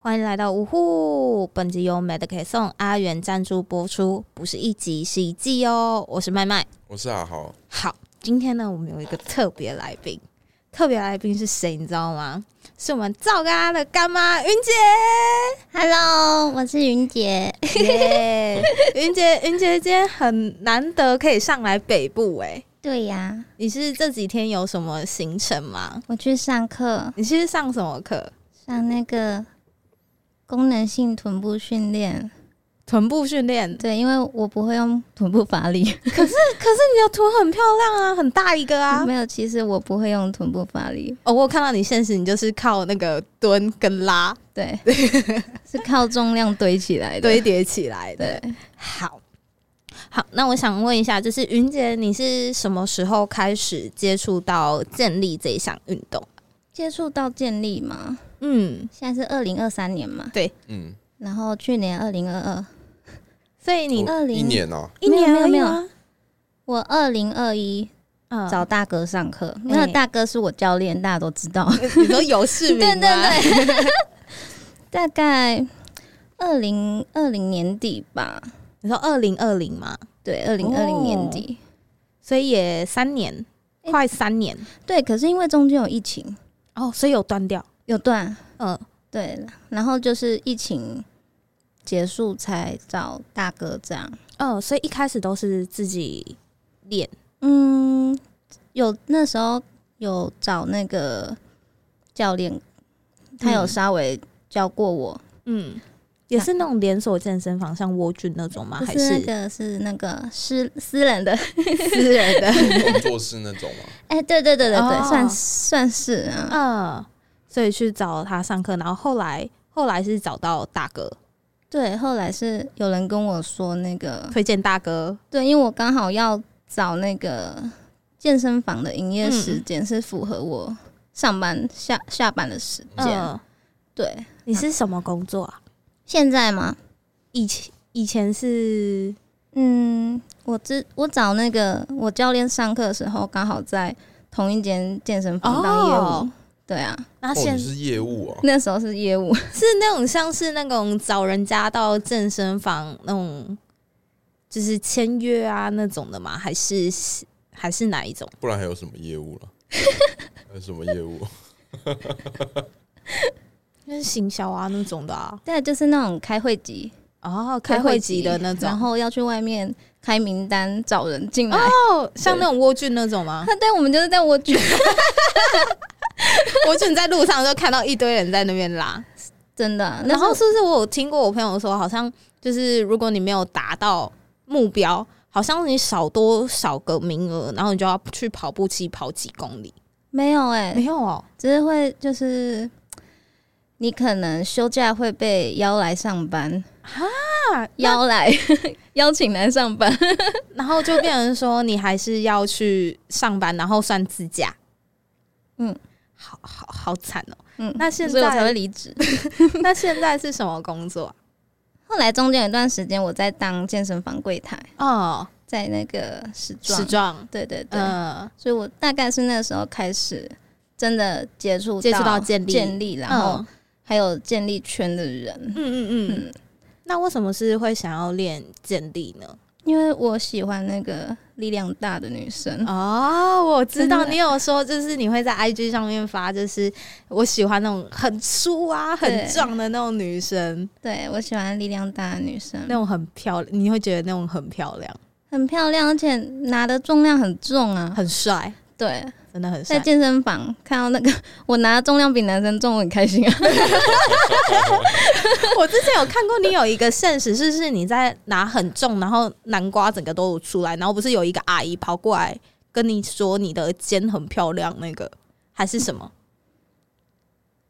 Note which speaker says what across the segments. Speaker 1: 欢迎来到呜呼！本集由 Medic 送阿元赞助播出，不是一集是一季哦。我是麦麦。
Speaker 2: 我是啊阿豪，
Speaker 1: 好，今天呢，我们有一个特别来宾，特别来宾是谁，你知道吗？是我们赵嘎的干妈云姐。
Speaker 3: Hello，我是云姐。
Speaker 1: 耶， 云姐，云姐今天很难得可以上来北部哎、
Speaker 3: 对呀、
Speaker 1: 你是这几天有什么行程吗？
Speaker 3: 我去上课，
Speaker 1: 你是上什么课？
Speaker 3: 上那个功能性臀部训练。
Speaker 1: 臀部训练，
Speaker 3: 对，因为我不会用臀部发力，
Speaker 1: 可是你的臀很漂亮啊，很大一个啊。
Speaker 3: 没有，其实我不会用臀部发力，
Speaker 1: 哦，我有看到你现实，你就是靠那个蹲跟拉
Speaker 3: 对， 是靠重量堆起来的。
Speaker 1: 堆叠起来的。
Speaker 3: 对，
Speaker 1: 好，好，那我想问一下，就是云姐，你是什么时候开始接触到健力这一项运动？啊
Speaker 3: 接触到健力嘛，
Speaker 1: 嗯，
Speaker 3: 现在是二零二三年嘛，
Speaker 2: 嗯，
Speaker 3: 然后去年二零二二，
Speaker 1: 所以你
Speaker 2: 我
Speaker 3: 20
Speaker 2: 一年哦、
Speaker 1: 一年
Speaker 3: 没有没有
Speaker 1: 而已吗
Speaker 3: 我二零二一
Speaker 1: 嗯，
Speaker 3: 找大哥上课，那个大哥是我教练，大家都知道。
Speaker 1: 你说有 市民
Speaker 3: 对对
Speaker 1: 吗，
Speaker 3: 对， 大概二零二零年底吧，
Speaker 1: 你说二零二零嘛，
Speaker 3: 对，二零二零年底。
Speaker 1: 所以也三年，
Speaker 3: 诶
Speaker 1: 快三年
Speaker 3: 对，可是因为中间有疫情，
Speaker 1: 哦，所以有断掉，
Speaker 3: 有断，
Speaker 1: 嗯，
Speaker 3: 对，然后就是疫情结束才找大哥这样。
Speaker 1: 嗯，所以一开始都是自己练，
Speaker 3: 嗯，有那时候有找那个教练，他有
Speaker 1: 嗯
Speaker 3: 稍微教过我，
Speaker 1: 嗯，也是那种连锁健身房，像蜗苣那种吗？
Speaker 3: 不
Speaker 1: 还
Speaker 3: 嗯是那
Speaker 1: 是
Speaker 3: 个是那个私私人的，
Speaker 1: 私人的？
Speaker 2: 工作室那种啊嘛，
Speaker 3: 哎、对对对对对，
Speaker 1: 哦
Speaker 3: 算算是 啊，
Speaker 1: 嗯，所以去找他上课，然后后来后来是找到大哥，
Speaker 3: 对，后来是有人跟我说那个，
Speaker 1: 推荐大哥，
Speaker 3: 对，因为我刚好要找那个健身房的营业时
Speaker 1: 嗯
Speaker 3: 间是符合我上班下下班的时间。
Speaker 1: 嗯，
Speaker 3: 对，
Speaker 1: 你是什么工作啊？
Speaker 3: 现在吗？
Speaker 1: 以前以前是
Speaker 3: 嗯，我之我找那个我教练上课的时候，刚好在同一间健身房当业务。
Speaker 1: 哦
Speaker 3: 对啊，
Speaker 1: 那
Speaker 2: 哦，
Speaker 1: 现
Speaker 2: 你是业务哦、
Speaker 3: 那时候是业务，
Speaker 1: 是那种像是那种找人家到健身房那种，就是签约啊那种的吗？还是还是哪一种？
Speaker 2: 不然还有什么 业务了？啊还有什么业务？
Speaker 1: 就是行销啊那种的啊，
Speaker 3: 对，就是那种开会集，
Speaker 1: 哦，开会级的那种，
Speaker 3: 然后要去外面开名单找人进来。
Speaker 1: 哦，像那种蜗苣那种 吗？
Speaker 3: 他 对我们就是在我举
Speaker 1: 蜗苣你在路上就看到一堆人在那边拉，
Speaker 3: 真的，
Speaker 1: 然
Speaker 3: 然
Speaker 1: 后
Speaker 3: 后
Speaker 1: 是不是我有听过我朋友说，好像就是如果你没有达到目标，好像你少多少个名额，然后你就要去跑步机跑几公里？
Speaker 3: 没有哎、
Speaker 1: 没有哦，
Speaker 3: 只是会就是你可能休假会被邀来上班啊，邀来 邀请来上班，
Speaker 1: 然后就变成说你还是要去上班，然后算自驾。
Speaker 3: 嗯，
Speaker 1: 好好好惨哦。
Speaker 3: 嗯，
Speaker 1: 那现
Speaker 3: 所以我才
Speaker 1: 在
Speaker 3: 会离职。
Speaker 1: 那现在是什么工作
Speaker 3: 后来中间有一段时间我在当健身房柜台，
Speaker 1: 啊？哦，
Speaker 3: 在那个时装，
Speaker 1: 时装，
Speaker 3: 对对对，
Speaker 1: 嗯
Speaker 3: 所以我大概是那时候开始真的接触
Speaker 1: 接触到健力
Speaker 3: 建立，然后
Speaker 1: 嗯
Speaker 3: 还有建立圈的人，
Speaker 1: 嗯嗯嗯。那为什么是会想要练健力呢？
Speaker 3: 因为我喜欢那个力量大的女生，
Speaker 1: 哦，我知道
Speaker 3: 真的
Speaker 1: 你有说，就是你会在 IG 上面发，就是我喜欢那种很粗啊、很
Speaker 3: 对
Speaker 1: 壮的那种女生，
Speaker 3: 对我喜欢力量大的女生，
Speaker 1: 那种很漂亮，你会觉得那种很漂亮、
Speaker 3: 很漂亮，而且拿的重量很重啊。
Speaker 1: 很帅，
Speaker 3: 对，
Speaker 1: 真的很
Speaker 3: 在
Speaker 1: 帅。
Speaker 3: 健身房看到那个 我拿的重量比男生重，我很 开心啊。
Speaker 1: 我之前有看过你有一个现实，是是你在拿很重，然后南瓜整个都有出来，然后不是有一个阿姨跑过来跟你说你的肩很漂亮，那个还是什么？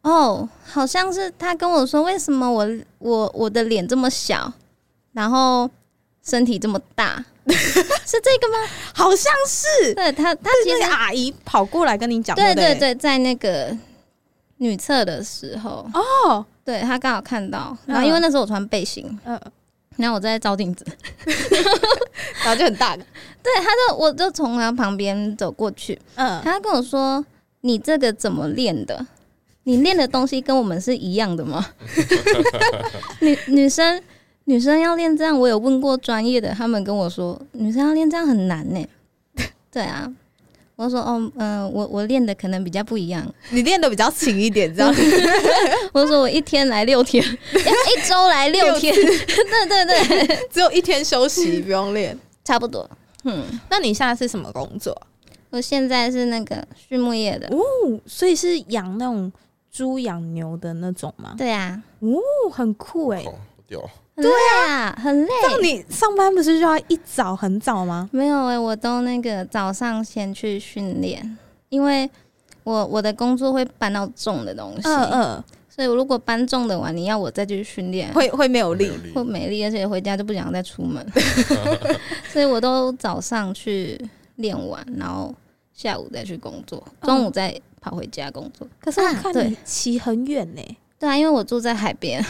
Speaker 3: 哦，好像是他跟我说，为什么我我我的脸这么小，然后身体这么 大，是这个吗？
Speaker 1: 好像是，
Speaker 3: 对他，他
Speaker 1: 是
Speaker 3: 其
Speaker 1: 那
Speaker 3: 实
Speaker 1: 个阿姨跑过来跟你讲，
Speaker 3: 对
Speaker 1: 不
Speaker 3: 对，对，在那个女厕的时候，
Speaker 1: 哦，
Speaker 3: 对他刚好看到，
Speaker 1: 嗯
Speaker 3: 然后因为那时候我穿背心，
Speaker 1: 嗯、
Speaker 3: 然后我在 照镜子，
Speaker 1: 然后就很大，
Speaker 3: 对，他就我就从他旁边走过去，
Speaker 1: 嗯，
Speaker 3: 他跟我说：“你这个怎么练的？”你练的东西跟我们是一样的吗？ 女女生女生要练这样，我有问过专业的，他们跟我说女生要练这样很难呢、 对啊，我说哦，嗯、我我练的可能比较不一样。
Speaker 1: 你练的比较勤一点，这样
Speaker 3: 我说我一天来六天， 一周来六天，对 对对，
Speaker 1: 只有一天休息，不用练。
Speaker 3: 差不多。
Speaker 1: 那你现在是什么工作啊？
Speaker 3: 我现在是那个畜牧业的，
Speaker 1: 哦所以是养那种猪、养牛的那种吗？
Speaker 3: 对啊，
Speaker 1: 哦，很酷哎、
Speaker 2: 好屌，
Speaker 3: 很累啊，很累。
Speaker 1: 那你上班不是就要一早很早吗？
Speaker 3: 没有哎、我都那个早上先去训练，因为我我的工作会搬到重的东西，
Speaker 1: 嗯嗯，
Speaker 3: 所以我如果搬重的完，你要我再去训练，
Speaker 1: 会会没有
Speaker 2: 没
Speaker 1: 力
Speaker 2: 有。力
Speaker 3: 会没力，而且回家就不想再出 门，所以我都早上去练完，然后下午再去工作，
Speaker 1: 嗯
Speaker 3: 中午再跑回家工作。
Speaker 1: 可是我
Speaker 3: 啊
Speaker 1: 看
Speaker 3: 对
Speaker 1: 你骑很远呢、
Speaker 3: 对啊，因为我住在海边，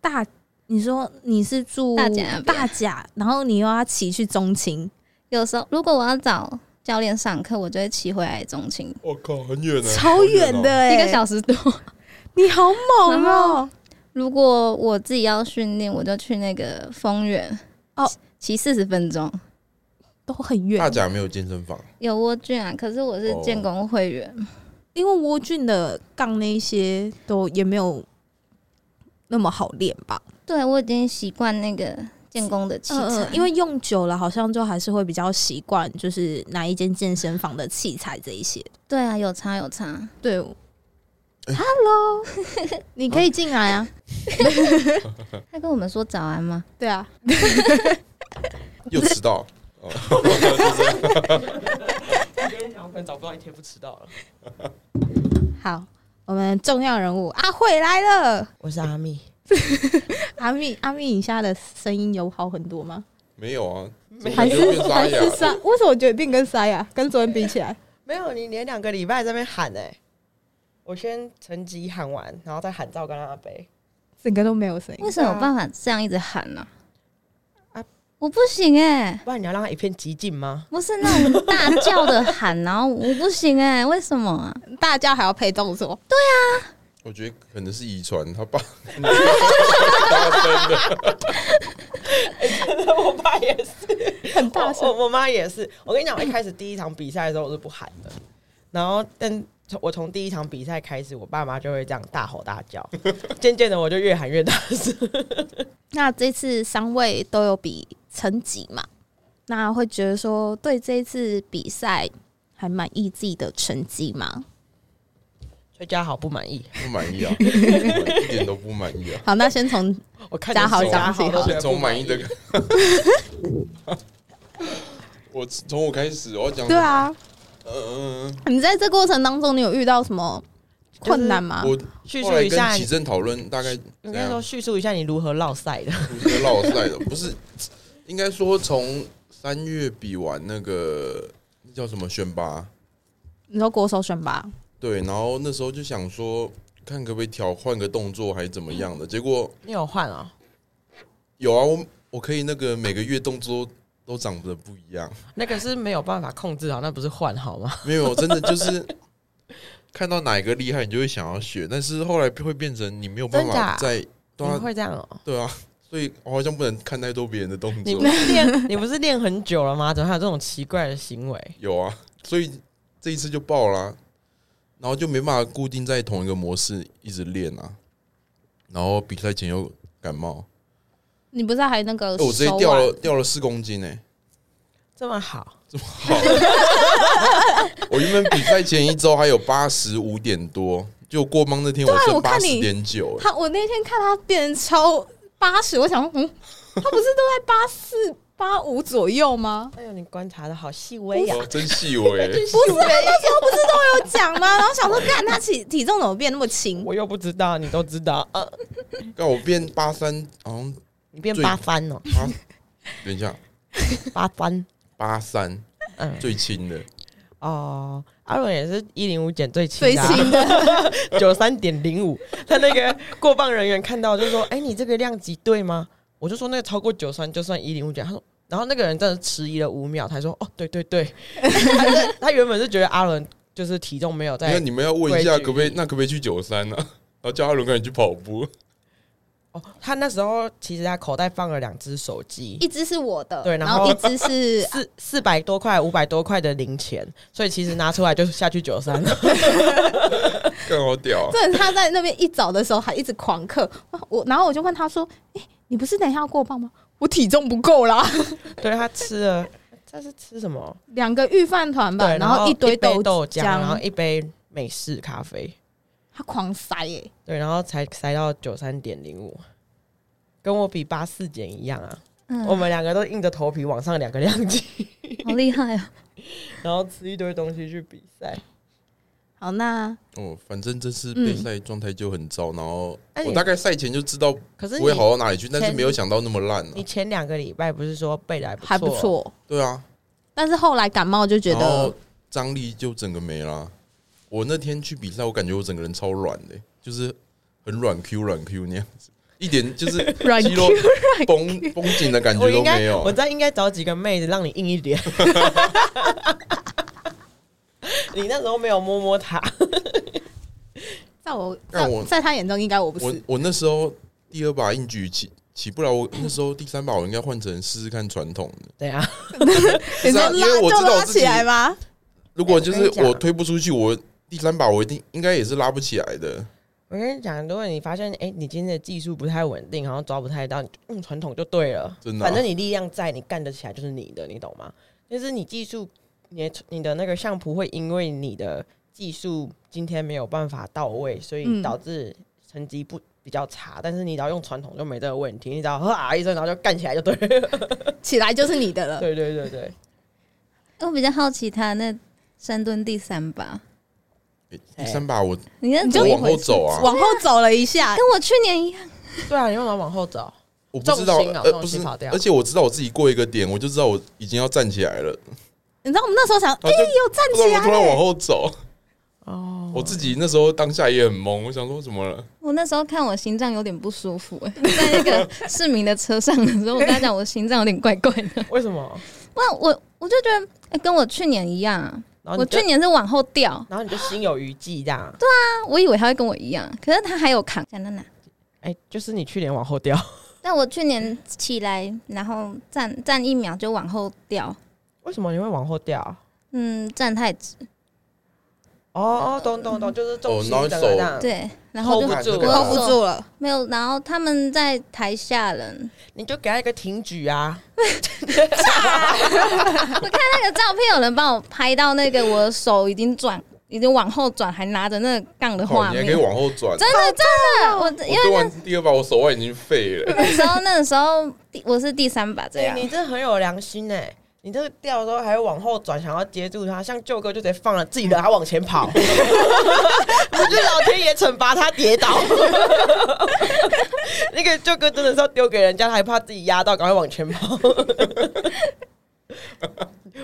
Speaker 1: 大，你说你是住
Speaker 3: 大甲那边
Speaker 1: 大甲然后你又要骑去中青，
Speaker 3: 有时候如果我要找教练上课，我就会骑回来中青，
Speaker 2: 我靠，很远呢，
Speaker 1: 超
Speaker 2: 好
Speaker 1: 远
Speaker 2: 哦
Speaker 1: 的，哎、
Speaker 3: 一个小时多。
Speaker 1: 你好猛
Speaker 3: 然
Speaker 1: 哦、
Speaker 3: 后如果我自己要训练，我就去那个丰原
Speaker 1: 哦，
Speaker 3: 骑四十分钟。
Speaker 1: 都很
Speaker 2: 大
Speaker 1: 远。
Speaker 2: 甲没有健身房，
Speaker 3: 有蜗苣啊，可是我是建工会员，
Speaker 1: 因为蜗苣的杠那一些都也没有那么好练吧，
Speaker 3: 对我已经习惯那个建工的器
Speaker 1: 嗯
Speaker 3: 材，
Speaker 1: 嗯，因为用久了好像就还是会比较习惯，就是哪一间健身房的器材这一些。
Speaker 3: 对啊，有差有差。
Speaker 1: 对，Hello，你 可以进来啊。
Speaker 3: 他跟我们说早安吗？
Speaker 1: 对啊，
Speaker 2: 又迟 到，
Speaker 4: 跟小粉找不到一天不迟到了。
Speaker 1: 好，我们重要人物阿慧来了。
Speaker 4: 我是阿密，
Speaker 1: 阿密，阿密，你现在的声音有好很多吗？
Speaker 2: 没有啊，
Speaker 4: 没
Speaker 1: 还
Speaker 2: 怎么
Speaker 1: 是
Speaker 2: 感觉变沙
Speaker 1: 还是
Speaker 2: 哑了，
Speaker 1: 沙？为什么决定跟沙哑？跟昨天比起来，
Speaker 4: 没有你连两个礼拜在那边喊哎、我先成绩喊完，然后再喊赵跟阿北。
Speaker 1: 整个都没有声音
Speaker 3: 为。什么有办法这样一直喊呢、
Speaker 4: 啊
Speaker 3: 我不行哎、
Speaker 4: 不然你要让他一片寂静吗？
Speaker 3: 不是那种大叫的喊，然后我不行哎、为什么啊？
Speaker 1: 大家还要配动作，
Speaker 2: 我觉得可能是遗传，他爸
Speaker 4: 我爸也是，
Speaker 1: 很大
Speaker 4: 我
Speaker 1: 声。
Speaker 4: 我我妈也是。我跟你讲，我一开始第一场比赛的时候我是不喊的，然后但我从第一场比赛开始，我爸妈就会这样大吼大 叫，渐渐的我就越喊越大声。
Speaker 1: 那这次三位都有比成绩嘛？那会觉得说对这一次比赛还满意自己的成绩吗？
Speaker 4: 所以嘉豪不满意，
Speaker 2: 不满 意啊，我一点都不满意啊。
Speaker 1: 好，那先从
Speaker 4: 我看
Speaker 1: 嘉豪
Speaker 4: 见嘉
Speaker 1: 讲起
Speaker 4: 豪都
Speaker 1: 好
Speaker 4: 觉
Speaker 2: 先
Speaker 4: 得
Speaker 2: 从
Speaker 4: 不
Speaker 2: 满
Speaker 4: 满
Speaker 2: 意
Speaker 4: 意
Speaker 2: 的。 我从我开始，我要 讲
Speaker 1: 对，啊，
Speaker 2: 嗯嗯
Speaker 1: 你在这过程当中，你有遇到什么困难吗？
Speaker 2: 嗯，
Speaker 4: 叙
Speaker 2: 我后来
Speaker 4: 述一下
Speaker 2: 跟启正讨论，大概
Speaker 4: 应
Speaker 2: 怎
Speaker 4: 该说
Speaker 2: 样？
Speaker 4: 叙述一下你如何落赛的。
Speaker 2: 不是绕赛的，不是，应该说从三月比完那个那叫什么选拔，
Speaker 1: 你说国手选拔，
Speaker 2: 对，然后那时候就想说，看可不可以调换个动作还是怎么样的，结果
Speaker 4: 你有换啊、
Speaker 2: 有啊，我我可以那个每个月动作都长得不一样，
Speaker 4: 那个是没有办法控制好，那不是换好吗？
Speaker 2: 没有，真的就是 看到哪一个厉害，你就会想要学，但是后来会变成你没有办
Speaker 4: 真假
Speaker 2: 法再 对
Speaker 4: 你
Speaker 2: 啊，
Speaker 4: 会这样哦、
Speaker 2: 对啊，所以我好像不能看太多别人的动
Speaker 4: 你
Speaker 2: 作
Speaker 4: 不，是练 你不是练很久了吗？怎么还有这种奇怪的行为？
Speaker 2: 有啊，所以这一次就爆啦、然后就没办法固定在同一个模式一直练啊，然后比赛前又感冒，
Speaker 1: 你不是还那个
Speaker 2: 哎我直接
Speaker 1: 手
Speaker 2: 掉
Speaker 1: 腕
Speaker 2: 了掉了四公斤哎、
Speaker 4: 这么好，
Speaker 2: 这么好。我原本比赛前一周还有八十五点多，就过帮那天我
Speaker 1: 对啊
Speaker 2: 剩
Speaker 1: 我
Speaker 2: 八
Speaker 1: 看
Speaker 2: 十
Speaker 1: 你
Speaker 2: 点九，欸
Speaker 1: 他，我那天看他变成超八十，我想说，嗯，他不是都在八四八五左右吗？
Speaker 4: 哎呦，你观察的好细微呀、
Speaker 2: 哇，真细微。欸
Speaker 1: 不是啊，那时候不是都有讲吗？然后想说，看他体体重怎么变那么轻？
Speaker 4: 我又不知道，你都知道，呃，
Speaker 2: 但我变八三，好像
Speaker 4: 你变
Speaker 2: 最
Speaker 4: 八三哦，
Speaker 2: 八，等一下，
Speaker 4: 八三，
Speaker 2: 八三
Speaker 4: 嗯，
Speaker 2: 最轻的，
Speaker 4: 哦，阿伦也是一零五减最轻
Speaker 1: 最
Speaker 4: 的啊、
Speaker 1: 轻的，
Speaker 4: 九三点零五，他那个过磅人员看到就说：“哎、你这个量级对吗？”我就说那个超过九三就算一零五减。他说， 然后那个人真的迟疑了五秒，他说：“哦，对对对。他”他原本是觉得阿伦就是体重没有
Speaker 2: 因为
Speaker 4: 在
Speaker 2: 你们要问一下，
Speaker 4: 规矩
Speaker 2: 可不可以？那可不可以去九三呢？然后叫阿伦赶紧去跑步。
Speaker 4: 哦，他那时候其实他口袋放了两只手机，
Speaker 1: 一啊只是我的，
Speaker 4: 对
Speaker 1: 然
Speaker 4: 然后
Speaker 1: 一只是
Speaker 4: 四四百多块、五百多块的零钱，所以其实拿出来就下去九三了。
Speaker 2: 更好屌啊！
Speaker 1: 真的，他在那边一早的时候还一直狂嗑，我然后我就问他说：“哎、你不是等一下要过磅吗？我体重不够啦，
Speaker 4: 对他吃了，这是吃什么？
Speaker 1: 两个预饭团吧，
Speaker 4: 对，
Speaker 1: 然后
Speaker 4: 一
Speaker 1: 堆
Speaker 4: 杯
Speaker 1: 豆
Speaker 4: 豆浆，然后一杯美式咖啡，
Speaker 1: 他狂塞耶、
Speaker 4: 对，然后才塞到九三点零五，跟我比八四减一样啊。
Speaker 3: 嗯，
Speaker 4: 我们两个都硬着头皮往上两个量级，
Speaker 3: 好厉害哦！
Speaker 4: 然后吃一堆东西去比赛。
Speaker 1: 好，那
Speaker 2: 哦，反正这次备赛状态就很糟，然后
Speaker 4: 嗯哎
Speaker 2: 我
Speaker 4: 你
Speaker 2: 大概赛前就知道不
Speaker 4: 可是
Speaker 2: 会
Speaker 4: 你
Speaker 2: 好到哪里去，但是
Speaker 4: 前
Speaker 2: 没有想到那么烂啊
Speaker 4: 你。前两个礼拜不是说背的还不
Speaker 1: 还不，错，
Speaker 2: 对啊，
Speaker 1: 但是后来感冒就觉
Speaker 2: 然后
Speaker 1: 得
Speaker 2: 张力就整个没啦。我那天去比赛，我感觉我整个人超软的、就是很软 Q 软 Q 那样子，一点 就是
Speaker 1: 软
Speaker 2: 肌肉绷绷紧的感
Speaker 4: 我
Speaker 2: 觉都
Speaker 4: 应
Speaker 2: 没
Speaker 4: 该我
Speaker 2: 有。啊
Speaker 4: 再应该找几个妹子让你硬一点。 你那时候没有摸摸她，
Speaker 1: 在我
Speaker 2: 但
Speaker 1: 在
Speaker 2: 我
Speaker 1: 在他眼中应该我不
Speaker 2: 我
Speaker 1: 是，
Speaker 2: 我那时候第二把硬举起起不来，我那时候第三把我应该换成试试看传统的。
Speaker 4: 对啊，
Speaker 1: 你
Speaker 2: 是啊
Speaker 1: 说
Speaker 2: 因为
Speaker 1: 拉
Speaker 2: 我
Speaker 1: 就
Speaker 2: 知道我
Speaker 1: 拉
Speaker 2: 自己
Speaker 1: 起来吗？
Speaker 2: 如果就
Speaker 4: 哎我
Speaker 2: 是
Speaker 4: 跟你讲
Speaker 2: 我推不出去，我第三把我一定应该也是拉不起来的。
Speaker 4: 我跟你讲，如果你发现哎、你今天的技术不太稳定，好像抓不太到，你就用传统就对了。
Speaker 2: 真的啊
Speaker 4: 反正你力量在，你干得起来就是你的，你懂吗？就是你技术，你的你的那个相扑会因为你的技术今天没有办法到位，所以
Speaker 1: 嗯
Speaker 4: 导致成绩不比较差。但是你只要用传统就没这个问题，你只要啊一声，然后就干起来就对了。
Speaker 1: 起来就是你的了。
Speaker 4: 对对对对，
Speaker 3: 我比较好奇他那深蹲第三把，
Speaker 2: 诶第三把我
Speaker 3: 你那
Speaker 1: 你
Speaker 3: 怎
Speaker 1: 就
Speaker 3: 么
Speaker 2: 我
Speaker 3: 一
Speaker 2: 往
Speaker 3: 回
Speaker 2: 后
Speaker 3: 事
Speaker 2: 走啊，
Speaker 1: 往后走了一下
Speaker 3: 跟，我去年一样，
Speaker 4: 对啊，你干嘛往后走？
Speaker 2: 我不知道，
Speaker 4: 重心啊
Speaker 2: 呃，
Speaker 4: 重
Speaker 2: 不是
Speaker 4: 心跑，掉
Speaker 2: 而且我知道我自己过一个点，我就知道我已经要站起来了，
Speaker 1: 你知道我们那时候想，
Speaker 2: 然后
Speaker 1: 哎、
Speaker 2: 就
Speaker 1: 有站
Speaker 2: 不知
Speaker 1: 起
Speaker 2: 道我突然
Speaker 1: 来、
Speaker 2: 往
Speaker 1: 欸，
Speaker 2: 后走。
Speaker 4: 哦，
Speaker 2: 我自己那时候当下也很懵，我想说怎么了？
Speaker 3: 我那时候看我心脏有点不舒服、哎 在那个市民的车上的时候，我跟他讲我心脏有点怪怪的，
Speaker 4: 为什么？
Speaker 3: 不然我我就觉得、哎跟我去年一样、啊，
Speaker 4: 然后
Speaker 3: 我
Speaker 4: 你就
Speaker 3: 去，年是往后掉，
Speaker 4: 然后你就心有余悸这样。
Speaker 3: 啊我以为他会跟我一样，可是他还有扛，讲到哪？
Speaker 4: 哎、就是你去年往后掉，
Speaker 3: 但我去年起来，然后站站一秒就往后掉，
Speaker 4: 为什么你会往后掉？
Speaker 3: 嗯，站太直，
Speaker 4: 哦，哦懂懂懂，就是重心
Speaker 2: 哦然后
Speaker 4: 整个
Speaker 2: 手
Speaker 4: 这样。
Speaker 3: 对，然后
Speaker 4: Hold
Speaker 3: 就
Speaker 4: 呃不住
Speaker 3: 我
Speaker 1: hold 不住了。
Speaker 3: 没有，然后他们在台下人，
Speaker 4: 你就给他一个挺举啊，
Speaker 3: 那个照片有人帮我拍到，那个我手已经转，已经往后转，还拿着那个杠的
Speaker 2: 靠，
Speaker 3: 画
Speaker 2: 哦你
Speaker 3: 面
Speaker 2: 还可以。往后转。
Speaker 3: 真的真的，
Speaker 4: 哦
Speaker 3: 我
Speaker 2: 我
Speaker 3: 因为
Speaker 2: 推完第二把，我手腕已经废了。
Speaker 3: 那时候那个时候第我是第三把这
Speaker 4: 对
Speaker 3: 样，
Speaker 4: 你这很有良心哎、你这个掉的时候还往后转，想要接住他，像舅哥就直接放了自己的，他往前跑，这就是老天爷惩罚他跌倒。那个舅哥真的是要丢给人家，他还怕自己压到，赶快往前跑。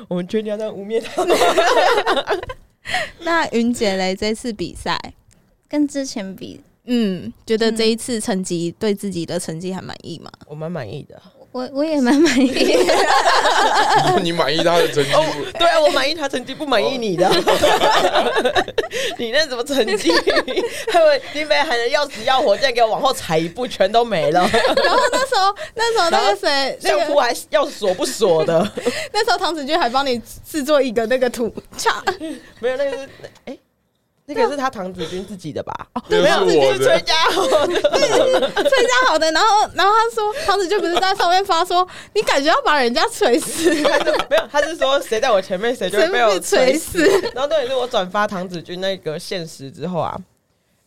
Speaker 4: 我们全家在污蔑他。
Speaker 1: 那云姐嘞，这次比赛，
Speaker 3: 跟之前比，
Speaker 1: 嗯，觉得这一次成绩、对自己的成绩还满 意吗？
Speaker 4: 我蛮满意的，
Speaker 3: 我我也蛮满意的。
Speaker 2: 你满意他的成绩
Speaker 4: 哦
Speaker 2: 不？，
Speaker 4: 对啊，我满意他成绩，不满意你的。哦你那什么成绩？他们你们喊的要死要活，再给我往后踩一步，全都没 了。
Speaker 1: 然后那时候，那时候那个谁，那
Speaker 4: 相
Speaker 1: 个
Speaker 4: 扑还要锁不锁的？
Speaker 1: 那时候唐子君还帮你制作一个那个图， 恰
Speaker 4: 没有，那个是哎、那个是他唐子军自己的吧？哦，
Speaker 2: 那
Speaker 4: 没
Speaker 2: 个是
Speaker 4: 有，
Speaker 2: 我
Speaker 4: 是
Speaker 2: 的
Speaker 4: 崔家豪 的。
Speaker 1: 崔家豪的，然后然后他说唐子君不是在上面发说你感觉要把人家锤死，
Speaker 4: 他是没有，他是说谁在我前面谁就会
Speaker 1: 全部
Speaker 4: 被我
Speaker 1: 被锤
Speaker 4: 锤死。
Speaker 1: 死，
Speaker 4: 然后重点是我转发唐子军那个现实之后啊，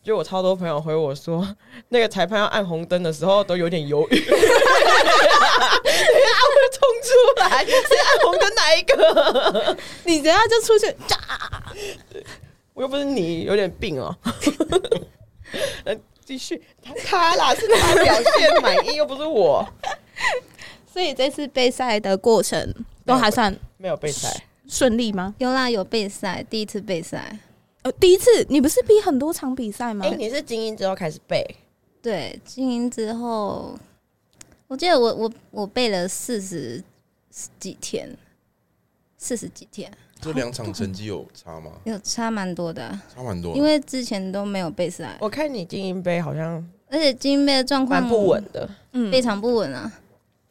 Speaker 4: 就我超多朋友回我说，那个裁判要按红灯的时候都有点犹 豫，等一下会冲出来，谁按红灯哪一个？
Speaker 1: 你等下就出去 炸。
Speaker 4: 我又不是你，有点病哦。 呃继续，他他啦，是他表现满意，又不是我，
Speaker 1: 所以这次备赛的过程都还算
Speaker 4: 没有被裁。
Speaker 1: 顺利吗？
Speaker 3: 有啦，有备赛，第一次备赛，
Speaker 1: 呃，第一次你不是比很多场比赛吗？
Speaker 4: 哎、你是精英之后开始背，
Speaker 3: 对，精英之后，我记得我我我备了四十几天，四十几天，
Speaker 2: 这两场成绩有差吗？
Speaker 3: 有差蛮多的啊，
Speaker 2: 差
Speaker 4: 哦
Speaker 2: 蛮多啊，
Speaker 3: 因为之前都没有备赛，
Speaker 4: 我看你精英杯好像
Speaker 3: 而且金杯的状况
Speaker 4: 蛮不稳，的，
Speaker 1: 嗯
Speaker 3: 非常不稳啊，